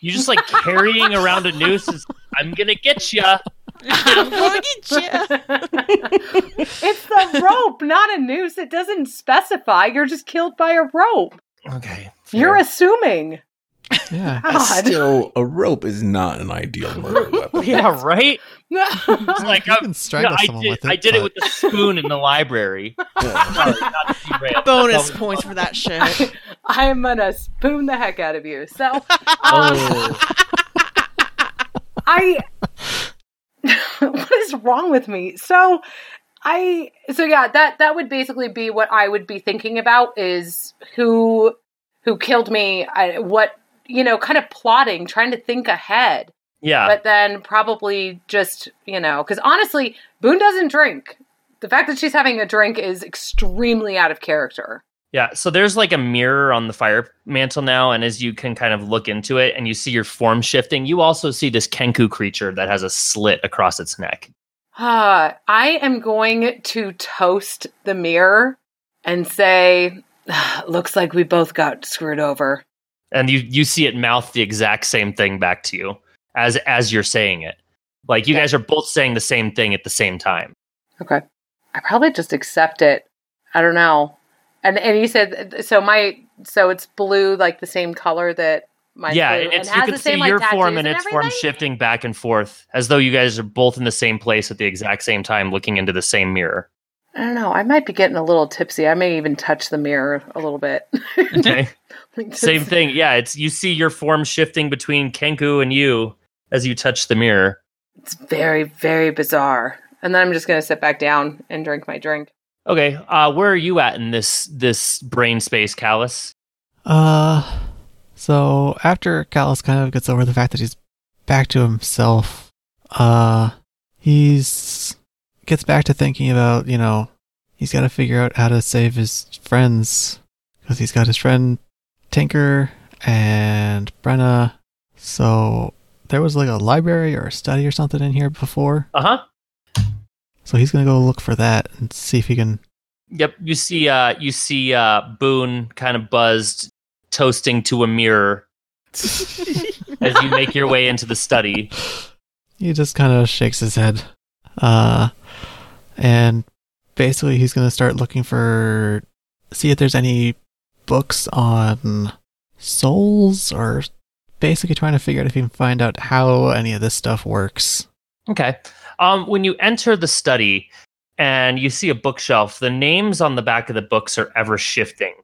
Speaker 4: You just like carrying around a noose is I'm gonna get ya.
Speaker 6: I'm going to get you.
Speaker 5: it's the rope, not a noose. It doesn't specify. You're just killed by a rope.
Speaker 4: Okay.
Speaker 5: You're assuming.
Speaker 7: Yeah.
Speaker 5: God.
Speaker 9: Still, a rope is not an ideal murder weapon.
Speaker 4: yeah, right? It's like
Speaker 7: you
Speaker 4: I'm,
Speaker 7: can strangle
Speaker 4: I,
Speaker 7: someone
Speaker 4: did,
Speaker 7: with it.
Speaker 4: I did it
Speaker 7: but-
Speaker 4: with a spoon in the library. Sorry, not to derail.
Speaker 6: Bonus points for that shit.
Speaker 5: I'm gonna spoon the heck out of you. So, um,
Speaker 4: Oh,
Speaker 5: I what is wrong with me? So I so yeah, that that would basically be what I would be thinking about is who who killed me, I, what you know, kind of plotting, trying to think ahead,
Speaker 4: yeah.
Speaker 5: but then probably just you know, because honestly, Boone doesn't drink. The fact that she's having a drink is extremely out of character.
Speaker 4: Yeah, so there's like a mirror on the fire mantle now, and as you can kind of look into it and you see your form shifting, you also see this Kenku creature that has a slit across its neck.
Speaker 5: Uh, I am going to toast the mirror and say, looks like we both got screwed over.
Speaker 4: And you you see it mouth the exact same thing back to you as as you're saying it. Like you guys are both saying the same thing at the same time.
Speaker 5: Okay. I probably just accept it. I don't know. And and you said so my so it's blue like the same color that my
Speaker 4: yeah,
Speaker 5: blue,
Speaker 4: and it's,
Speaker 5: has
Speaker 4: you can
Speaker 5: the
Speaker 4: see
Speaker 5: same, like,
Speaker 4: your form
Speaker 5: tattoos
Speaker 4: and its form
Speaker 5: everything?
Speaker 4: shifting back and forth as though you guys are both in the same place at the exact same time looking into the same mirror.
Speaker 5: I don't know. I might be getting a little tipsy. I may even touch the mirror a little bit.
Speaker 4: Okay.
Speaker 5: Like, just-
Speaker 4: same thing. Yeah, it's you see your form shifting between Kenku and you as you touch the mirror.
Speaker 5: It's very very bizarre. And then I'm just going to sit back down and drink my drink.
Speaker 4: Okay, uh, where are you at in this this brain space, Callus?
Speaker 7: Uh, so after Callus kind of gets over the fact that he's back to himself, uh, he's gets back to thinking about you know he's got to figure out how to save his friends because he's got his friend Tinker and Brenna. So there was like a library or a study or something in here before.
Speaker 4: Uh huh.
Speaker 7: So he's gonna go look for that and see if he can.
Speaker 4: Yep. You see, uh, you see, uh, Boone kind of buzzed, toasting to a mirror as you make your way into the study.
Speaker 7: He just kind of shakes his head. Uh, and basically, he's going to start looking for. See if there's any books on souls, or basically trying to figure out if he can find out how any of this stuff works.
Speaker 4: Okay. Um, when you enter the study and you see a bookshelf, the names on the back of the books are ever shifting.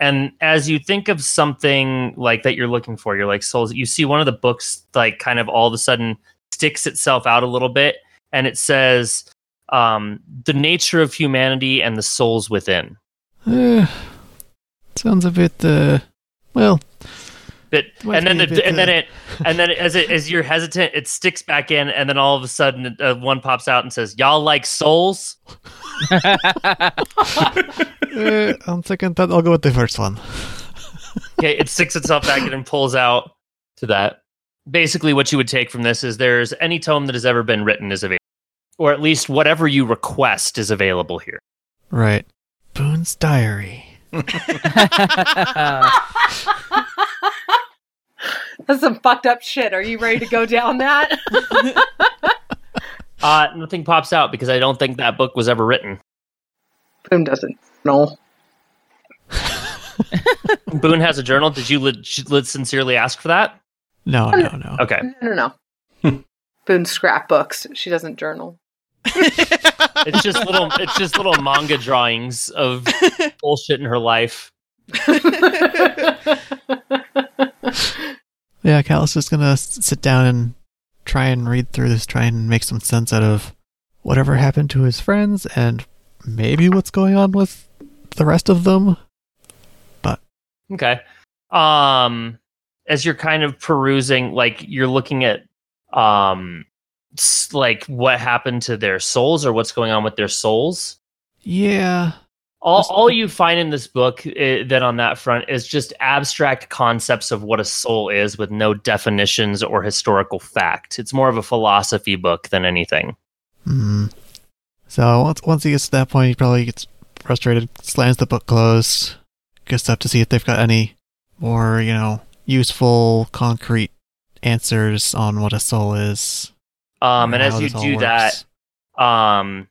Speaker 4: And as you think of something like that you're looking for, you're like souls, you see one of the books like kind of all of a sudden sticks itself out a little bit and it says um, the nature of humanity and the souls within.
Speaker 7: Eh, sounds a bit, uh, well,
Speaker 4: But
Speaker 7: Might
Speaker 4: and then
Speaker 7: be
Speaker 4: the,
Speaker 7: a bit,
Speaker 4: and then
Speaker 7: uh,
Speaker 4: it and then as it as you're hesitant, it sticks back in, and then all of a sudden, uh, one pops out and says, "Y'all like souls?"
Speaker 7: eh, on second thought, I'll go with the first one.
Speaker 4: Okay, it sticks itself back in and pulls out to that. Basically, what you would take from this is there's any tome that has ever been written is available, or at least whatever you request is available here.
Speaker 7: Right. Boone's Diary.
Speaker 5: That's some fucked up shit. Are you ready to go down that?
Speaker 4: Uh, nothing pops out because I don't think that book was ever written.
Speaker 5: Boone doesn't. No.
Speaker 4: Boone has a journal. Did you lit lit sincerely ask for that?
Speaker 7: No, no, no.
Speaker 4: Okay.
Speaker 5: No, no, no. Boone scrapbooks. She doesn't journal.
Speaker 4: It's just little it's just little manga drawings of bullshit in her life.
Speaker 7: Yeah, Callus is gonna s- sit down and try and read through this, try and make some sense out of whatever happened to his friends and maybe what's going on with the rest of them.
Speaker 4: Okay. Um as you're kind of perusing like you're looking at um s- like what happened to their souls or what's going on with their souls.
Speaker 7: Yeah.
Speaker 4: All
Speaker 7: Just-
Speaker 4: all you find in this book eh, then on that front is just abstract concepts of what a soul is with no definitions or historical fact. It's more of a philosophy book than anything.
Speaker 7: Hmm. So once once he gets to that point, he probably gets frustrated, slams the book closed, gets up to see if they've got any more, you know, useful, concrete answers on what a soul is.
Speaker 4: Um and
Speaker 7: how
Speaker 4: as you
Speaker 7: this all
Speaker 4: do
Speaker 7: works.
Speaker 4: that um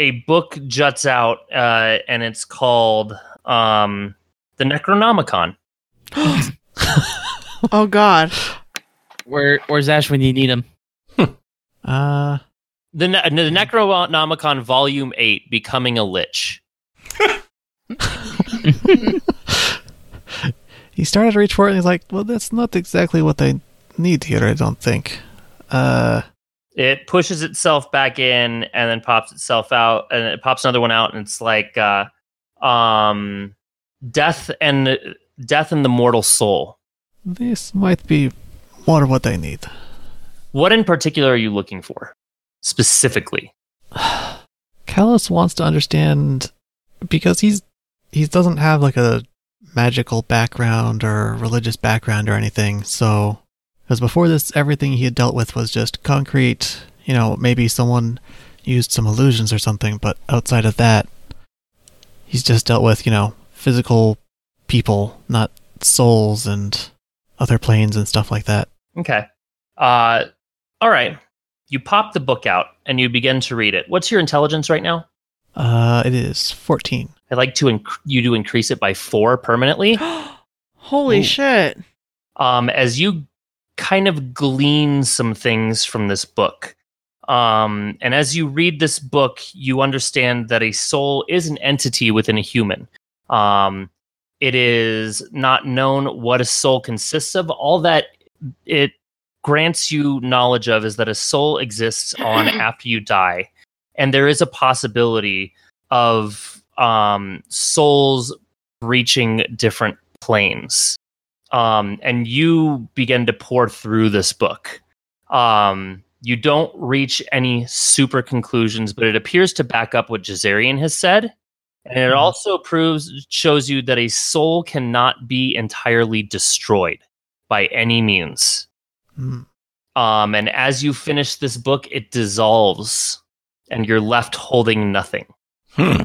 Speaker 4: a book juts out uh and it's called um the necronomicon
Speaker 6: Oh God.
Speaker 8: Where where's Ash when you need him?
Speaker 7: uh,
Speaker 4: the, ne- the necronomicon volume 8 becoming a lich
Speaker 7: he started to reach for it and he's like, well, that's not exactly what I need here, I don't think. Uh,
Speaker 4: it pushes itself back in and then pops itself out and it pops another one out and it's like uh um death and death and the mortal soul
Speaker 7: this might be more what I need.
Speaker 4: what in particular are you looking for specifically
Speaker 7: Callus wants to understand because he's he doesn't have like a magical background or religious background or anything. So, because before this, everything he had dealt with was just concrete. You know, maybe someone used some illusions or something, but outside of that, he's just dealt with you know physical people, not souls and other planes and stuff like that.
Speaker 4: Okay. Uh, all right. You pop the book out and you begin to read it. What's your intelligence right now?
Speaker 7: Uh, it is fourteen.
Speaker 4: I'd like to inc- you to increase it by four permanently.
Speaker 6: Holy
Speaker 7: Ooh.
Speaker 6: shit.
Speaker 4: um, as you kind of glean some things from this book. Um, and as you read this book, you understand that a soul is an entity within a human. Um, it is not known what a soul consists of. All that it grants you knowledge of is that a soul exists on after you die. And there is a possibility of um, souls reaching different planes um, and you begin to pour through this book. Um, you don't reach any super conclusions, but it appears to back up what Jazarian has said. And
Speaker 7: Mm-hmm.
Speaker 4: it also proves shows you that a soul cannot be entirely destroyed by any means.
Speaker 7: Hmm.
Speaker 4: Um, and as you finish this book, it dissolves, and you're left holding nothing.
Speaker 9: Hmm,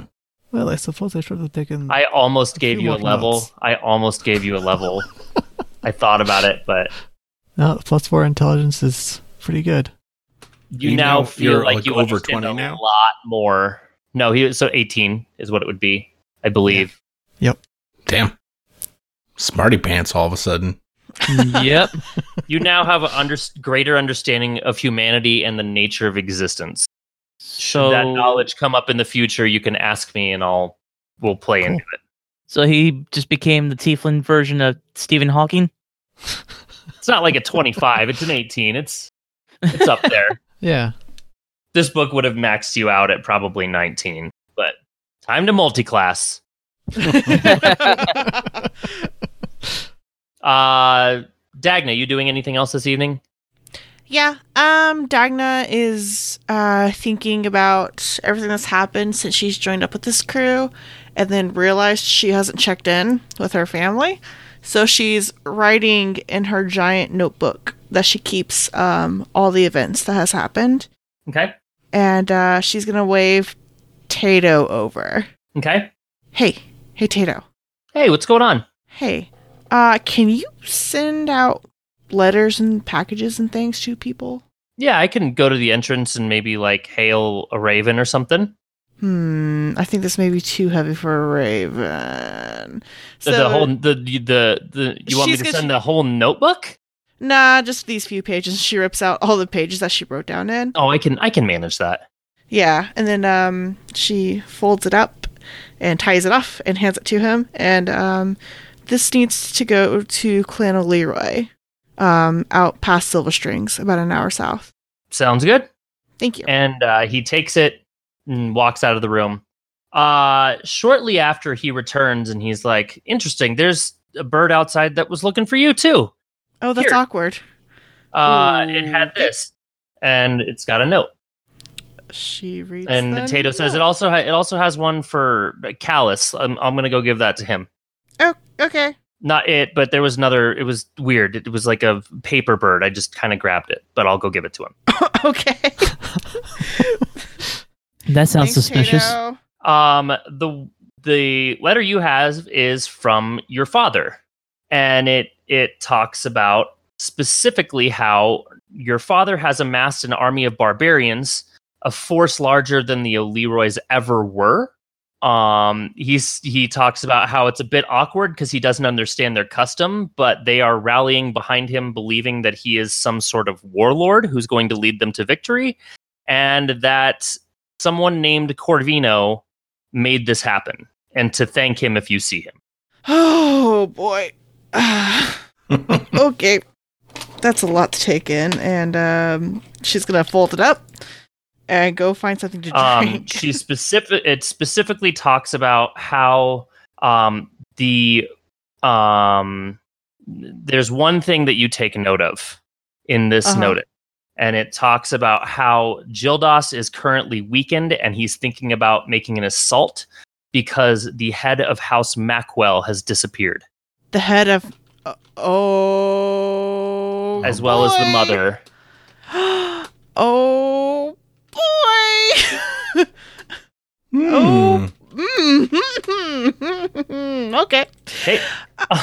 Speaker 7: Well, I suppose I should have taken.
Speaker 4: I almost
Speaker 7: Mm. A
Speaker 4: gave
Speaker 7: few
Speaker 4: you a
Speaker 7: more
Speaker 4: level.
Speaker 7: notes.
Speaker 4: I almost gave you a level. I thought about it, but
Speaker 7: No, plus four intelligence is pretty good.
Speaker 4: you,
Speaker 9: You
Speaker 4: now
Speaker 9: know,
Speaker 4: feel
Speaker 9: you're,
Speaker 4: like,
Speaker 9: like,
Speaker 4: you
Speaker 9: over
Speaker 4: understand
Speaker 9: 20
Speaker 4: a
Speaker 9: now?
Speaker 4: lot more. No, he so 18 is what it would be, I believe.
Speaker 9: Damn. Smarty pants all of a sudden.
Speaker 8: yep.
Speaker 4: you now have a under, greater understanding of humanity and the nature of existence.
Speaker 8: So
Speaker 4: Should that knowledge come up in the future, you can ask me, and I'll we'll play
Speaker 7: Cool.
Speaker 4: into it.
Speaker 8: So he just became the Tieflin version of Stephen Hawking.
Speaker 4: It's not like a 25; it's an 18. It's it's up there.
Speaker 7: Yeah.
Speaker 4: This book would have maxed you out at probably 19, but time to multiclass. Uh, Dagna, you doing anything else this evening?
Speaker 6: Yeah. Um, Dagna is uh thinking about everything that's happened since she's joined up with this crew and then realized she hasn't checked in with her family. So she's writing in her giant notebook that she keeps um all the events that has happened.
Speaker 4: Okay,
Speaker 6: And uh she's gonna wave Tato over.
Speaker 4: okay.
Speaker 6: Hey, hey Tato.
Speaker 4: Hey, what's going on?
Speaker 6: Hey. Uh can you send out letters and packages and things to people?
Speaker 4: Yeah, I can go to the entrance and maybe like hail a raven or something.
Speaker 6: Hmm, I think this may be too heavy for a raven.
Speaker 4: The- the whole the the the, the you want me
Speaker 6: She's
Speaker 4: to
Speaker 6: gonna-
Speaker 4: send the whole notebook?
Speaker 6: nah, just these few pages. She rips out all the pages that she wrote down in.
Speaker 4: Oh, I can I can manage that.
Speaker 6: Yeah, and then um, she folds it up and ties it off and hands it to him. And um, this needs to go to Clan O'Leroy, um, out past Silver Strings, about an hour south.
Speaker 4: Sounds good.
Speaker 6: Thank you.
Speaker 4: And uh, he takes it and walks out of the room. Uh, shortly after he returns and he's like, "Interesting. There's a bird outside that was looking for you too.
Speaker 6: oh, that's
Speaker 4: here.
Speaker 6: awkward.
Speaker 4: Uh, it
Speaker 6: Ooh.
Speaker 4: had this, and it's got a note.
Speaker 6: She reads.
Speaker 4: And
Speaker 6: the
Speaker 4: Tato says
Speaker 6: note.
Speaker 4: it also ha- it also has one for Callus. I'm I'm gonna go give that to him."
Speaker 6: Okay.
Speaker 4: not it, but there was another. It was weird. It was like a paper bird. I just kind of grabbed it, but I'll go give it to him.
Speaker 6: okay.
Speaker 8: That sounds
Speaker 6: Thanks,
Speaker 8: suspicious.
Speaker 6: Tato.
Speaker 4: Um, the the letter you have is from your father, and it it talks about specifically how your father has amassed an army of barbarians, a force larger than the O'Leroys ever were. Um, he's he talks about how it's a bit awkward because he doesn't understand their custom, but they are rallying behind him, believing that he is some sort of warlord who's going to lead them to victory, and that someone named Corvino made this happen, and to thank him if you see him.
Speaker 6: Oh boy. okay. That's a lot to take in, and um, she's gonna fold it up and go find something to drink.
Speaker 4: Um, she specific it specifically talks about how um, the um, there's one thing that you take note of in this
Speaker 6: Uh-huh.
Speaker 4: notice, and it talks about how Gildas is currently weakened and he's thinking about making an assault because the head of House Macwell has disappeared,
Speaker 6: The head of uh, oh,
Speaker 4: as well as the
Speaker 6: boy.
Speaker 4: mother.
Speaker 6: oh boy.
Speaker 4: Hmm.
Speaker 6: oh. mm, okay.
Speaker 4: Hey,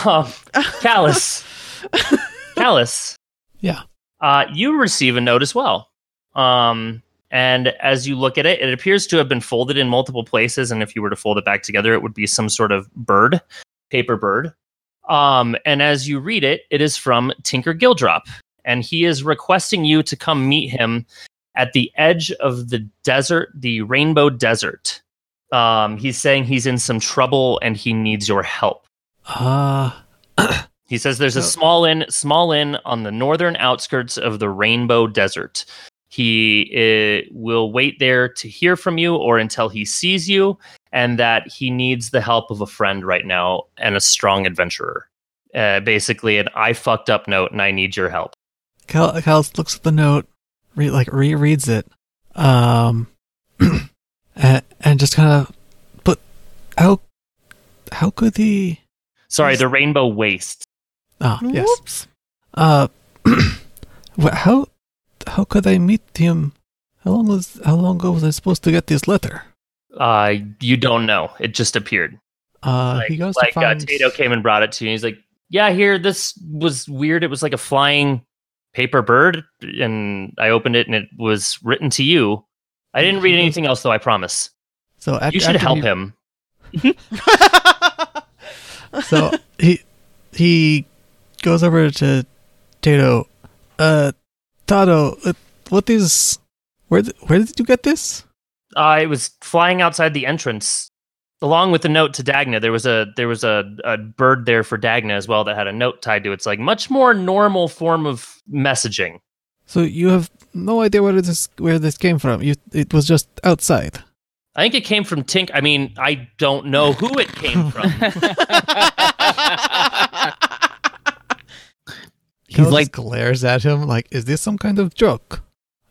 Speaker 4: um, Callus, Callus.
Speaker 7: Yeah.
Speaker 4: Uh, you receive a note as well. Um, and as you look at it, it appears to have been folded in multiple places. And if you were to fold it back together, it would be some sort of bird, paper bird. Um, and as you read it, it is from Tinker Gildrop. And he is requesting you to come meet him at the edge of the desert, the Rainbow Desert. Um, he's saying he's in some trouble and he needs your help.
Speaker 7: Ah.
Speaker 4: He says there's a
Speaker 7: Oh.
Speaker 4: small inn, small inn on the northern outskirts of the Rainbow Desert. He uh, will wait there to hear from you or until he sees you, and that he needs the help of a friend right now and a strong adventurer. Uh, basically, an I fucked up note, and I need your help.
Speaker 7: Cal- Callus looks at the note, re- like rereads it, um, and, and just kind of, but how how could the
Speaker 4: Sorry, the Rainbow Waste.
Speaker 7: ah yes
Speaker 6: Whoops.
Speaker 7: uh wha- how how could I meet him? How long was how long ago was I supposed to get this letter?
Speaker 4: Uh, you don't know; it just appered.
Speaker 7: Uh,
Speaker 4: like,
Speaker 7: he goes
Speaker 4: like
Speaker 7: to find
Speaker 4: uh, Tato came and brought it to you. He's like, "Yeah, here. This was weird. It was like a flying paper bird, and I opened it, and it was written to you. I didn't read anything else, though. I promise.
Speaker 7: so after,
Speaker 4: You should
Speaker 7: after
Speaker 4: help
Speaker 7: he-
Speaker 4: him.
Speaker 7: So he he goes over to Tato. Uh, Tato, uh, what is where th- where did you get this?
Speaker 4: Uh, it was flying outside the entrance, along with a note to Dagna. There was a there was a, a bird there for Dagna as well that had a note tied to it. It's like much more normal form of messaging.
Speaker 7: So you have no idea where this where this came from. You it was just outside.
Speaker 4: I think it came from Tink. I mean, I don't know who it came from.
Speaker 8: He's
Speaker 7: Cal just
Speaker 8: like,
Speaker 7: glares at him like, is this some kind of joke?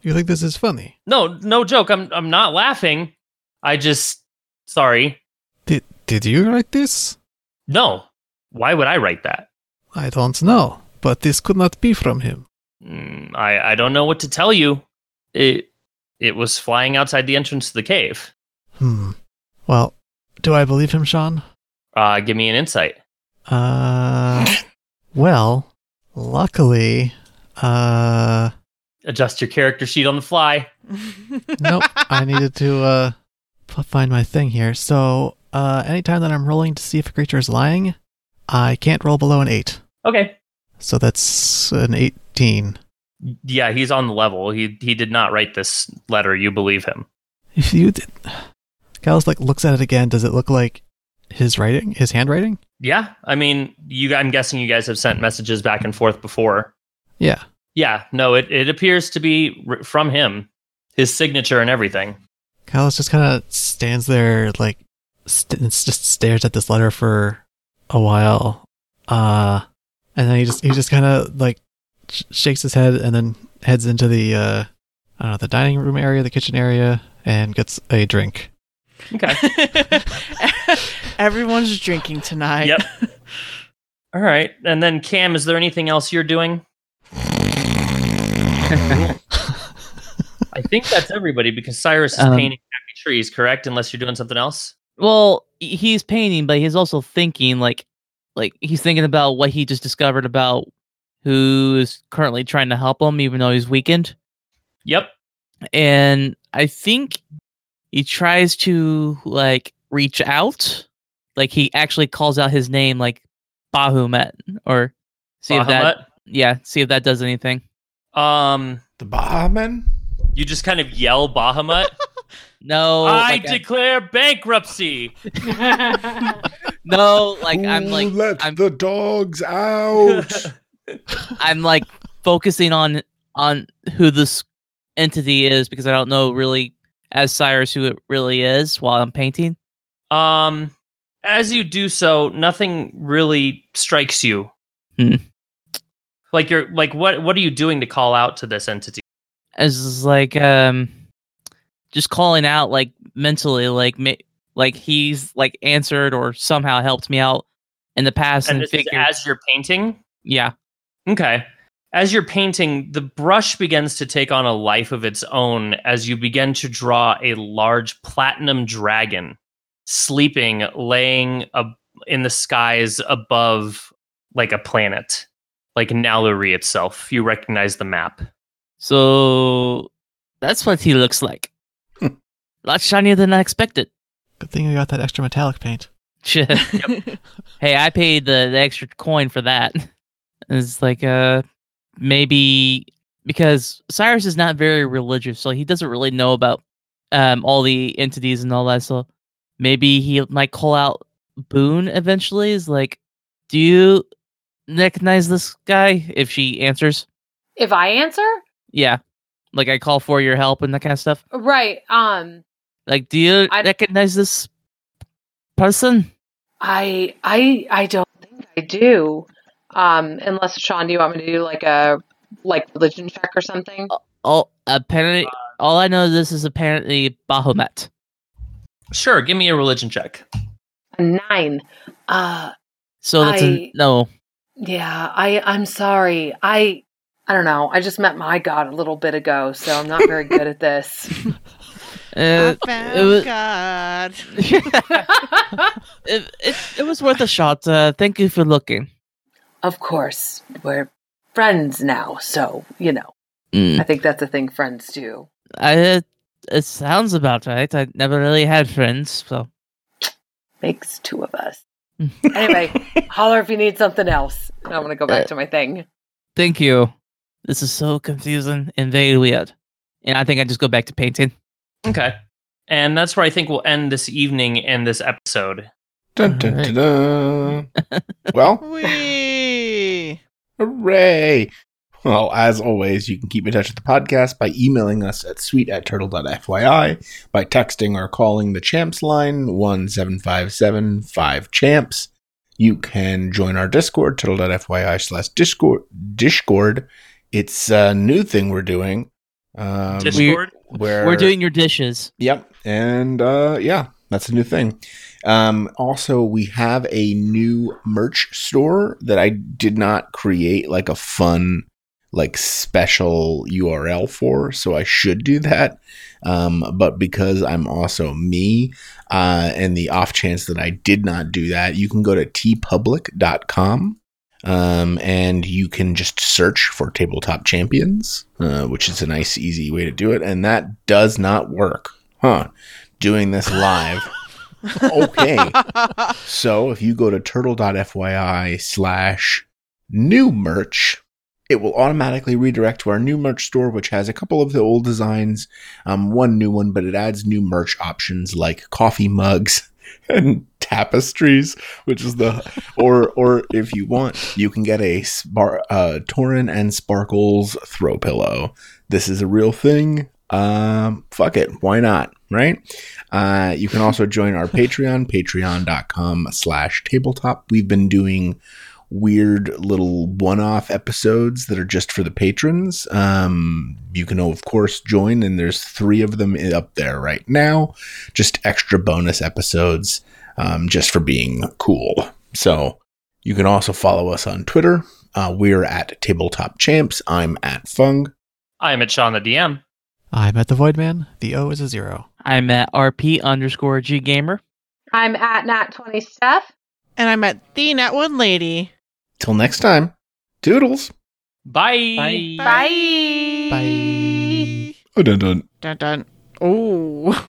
Speaker 7: You think this is funny?
Speaker 4: No, no joke. I'm I'm not laughing. I just sorry.
Speaker 7: Did did you write this?
Speaker 4: No. Why would I write that?
Speaker 7: I don't know, but this could not be from him.
Speaker 4: Mm, I I don't know what to tell you. It it was flying outside the entrance to the cave.
Speaker 7: Hmm. Well, do I believe him, Sean?
Speaker 4: Uh give me an insight.
Speaker 7: Uh, well, luckily, uh,
Speaker 4: Adjust your character sheet on the fly.
Speaker 7: nope. I needed to uh f- find my thing here. So, uh, anytime that I'm rolling to see if a creature is lying, I can't roll below an eight.
Speaker 4: Okay.
Speaker 7: So that's an eighteen.
Speaker 4: Yeah, he's on the level. He he did not write this letter. You believe him.
Speaker 7: If you did, Gallus like looks at it again. Does it look like his writing, his handwriting?
Speaker 4: Yeah. I mean, you I'm guessing you guys have sent messages back and forth before.
Speaker 7: Yeah.
Speaker 4: Yeah, no, it, it appears to be r- from him. His signature and everything.
Speaker 7: Callus just kind of stands there, like, st- and s- just stares at this letter for a while. Uh, and then he just he just kind of like sh- shakes his head and then heads into the uh, I don't know, the dining room area, the kitchen area, and gets a drink.
Speaker 4: Okay.
Speaker 6: Everyone's drinking tonight.
Speaker 4: Yep. All right. And then Cam, is there anything else you're doing? I think that's everybody because Cyrus is
Speaker 8: Um,
Speaker 4: painting happy trees, correct? Unless you're doing something else.
Speaker 8: well, he- he's painting, but he's also thinking, like, like he's thinking about what he just discovered about who is currently trying to help him, even though he's weakened.
Speaker 4: Yep.
Speaker 8: and I think he tries to like reach out, like he actually calls out his name, like Bahumet, or see if that yeah, see if that does anything.
Speaker 4: Bahamut. Um,
Speaker 9: The Bahaman?
Speaker 4: you just kind of yell Bahamut.
Speaker 8: No,
Speaker 4: I
Speaker 8: like,
Speaker 4: declare bankruptcy.
Speaker 8: no, like I'm
Speaker 9: Who
Speaker 8: like
Speaker 9: let
Speaker 8: I'm-
Speaker 9: the dogs out.
Speaker 8: I'm like focusing on on who this entity is because I don't know really as Cyrus who it really is while I'm painting.
Speaker 4: Um, as you do so, nothing really strikes you.
Speaker 8: Hmm.
Speaker 4: Like you're like what? What are you doing to call out to this entity?
Speaker 8: as like um just calling out like mentally like ma- like he's like answered or somehow helped me out in the past
Speaker 4: And
Speaker 8: and,
Speaker 4: this is
Speaker 8: figured
Speaker 4: as you're painting.
Speaker 8: yeah
Speaker 4: Okay. As you're painting, the brush begins to take on a life of its own as you begin to draw a large platinum dragon sleeping, laying ab- in the skies above like a planet, like Naluri itself. You recognize the map.
Speaker 8: so that's what he looks like a lot shinier than i expected
Speaker 7: Good thing you got that extra metallic paint.
Speaker 8: Shit. hey i paid the, the extra coin for that it's like uh maybe because cyrus is not very religious so he doesn't really know about um all the entities and all that so maybe he might call out boone eventually is like do you recognize this guy if she answers
Speaker 5: If I answer,
Speaker 8: yeah like i call for your help and that kind of stuff
Speaker 5: right? Um,
Speaker 8: like do you
Speaker 5: I-
Speaker 8: recognize this person
Speaker 5: I I I don't think I do. Um, unless Sean, do you want me to do like a like religion check or something?
Speaker 8: all apparently all i know is this is apparently bahomet
Speaker 4: Sure, give me a religion check.
Speaker 5: A nine. Uh,
Speaker 8: So that's a
Speaker 5: I-
Speaker 8: no.
Speaker 5: yeah. I I'm sorry. I I don't know. I just met my god a little bit ago, so I'm not very good at this.
Speaker 8: Uh,
Speaker 6: I found
Speaker 8: it was-
Speaker 6: Oh, God.
Speaker 8: it, it, it was worth a shot. Uh, thank you for looking.
Speaker 5: of course, we're friends now, so you know. I think that's a thing friends do.
Speaker 8: I, uh, it sounds about right. I never really had friends, so
Speaker 5: Makes two of us. anyway, holler if you need something else. And I'm gonna go back to my thing.
Speaker 8: thank you. This is so confusing and very weird. And I think I just go back to painting.
Speaker 4: Okay. And that's where I think we'll end this evening and this episode.
Speaker 9: Dun, dun, dun, dun. well,
Speaker 6: Wee.
Speaker 9: Hooray! Well, as always, you can keep in touch with the podcast by emailing us at sweet at turtle.fyi, by texting or calling the champs line 1757 champs. You can join our Discord, turtle.fyi slash Discord. Discord. It's a new thing we're doing. Um,
Speaker 4: Discord?
Speaker 9: where
Speaker 8: We're doing your dishes.
Speaker 9: Yep. And uh, yeah, that's a new thing. Um, also, we have a new merch store that I did not create like a fun, like special URL for. So I should do that. Um, but because I'm also me uh, and the off chance that I did not do that, you can go to tpublic.com. Um, and you can just search for tabletop champions, uh, which is a nice, easy way to do it. And that does not work, huh? Doing this live. okay. So if you go to turtle.fyi slash new merch, it will automatically redirect to our new merch store, which has a couple of the old designs, um, one new one, but it adds new merch options like coffee mugs and tapestries, which is the or or if you want, you can get a spar- uh, Torin and Sparkles throw pillow. This is a real thing. Um, fuck it, why not? Right? Uh, you can also join our Patreon, Patreon.com/slash tabletop. We've been doing weird little one-off episodes that are just for the patrons. Um, you can of course join, and there's three of them up there right now. Just extra bonus episodes, um, just for being cool. So you can also follow us on Twitter. Uh, we're at Tabletop Champs. I'm at Fung.
Speaker 4: I am at Sean the DM.
Speaker 7: I'm at the Void Man. The O is a zero.
Speaker 8: I'm at RP underscore G gamer.
Speaker 5: I'm at Nat Twenty Steph.
Speaker 6: and I met the Nat One lady.
Speaker 9: Till next time, doodles.
Speaker 8: Bye.
Speaker 5: Bye.
Speaker 7: Bye.
Speaker 9: Dun dun.
Speaker 6: Dun dun. Oh.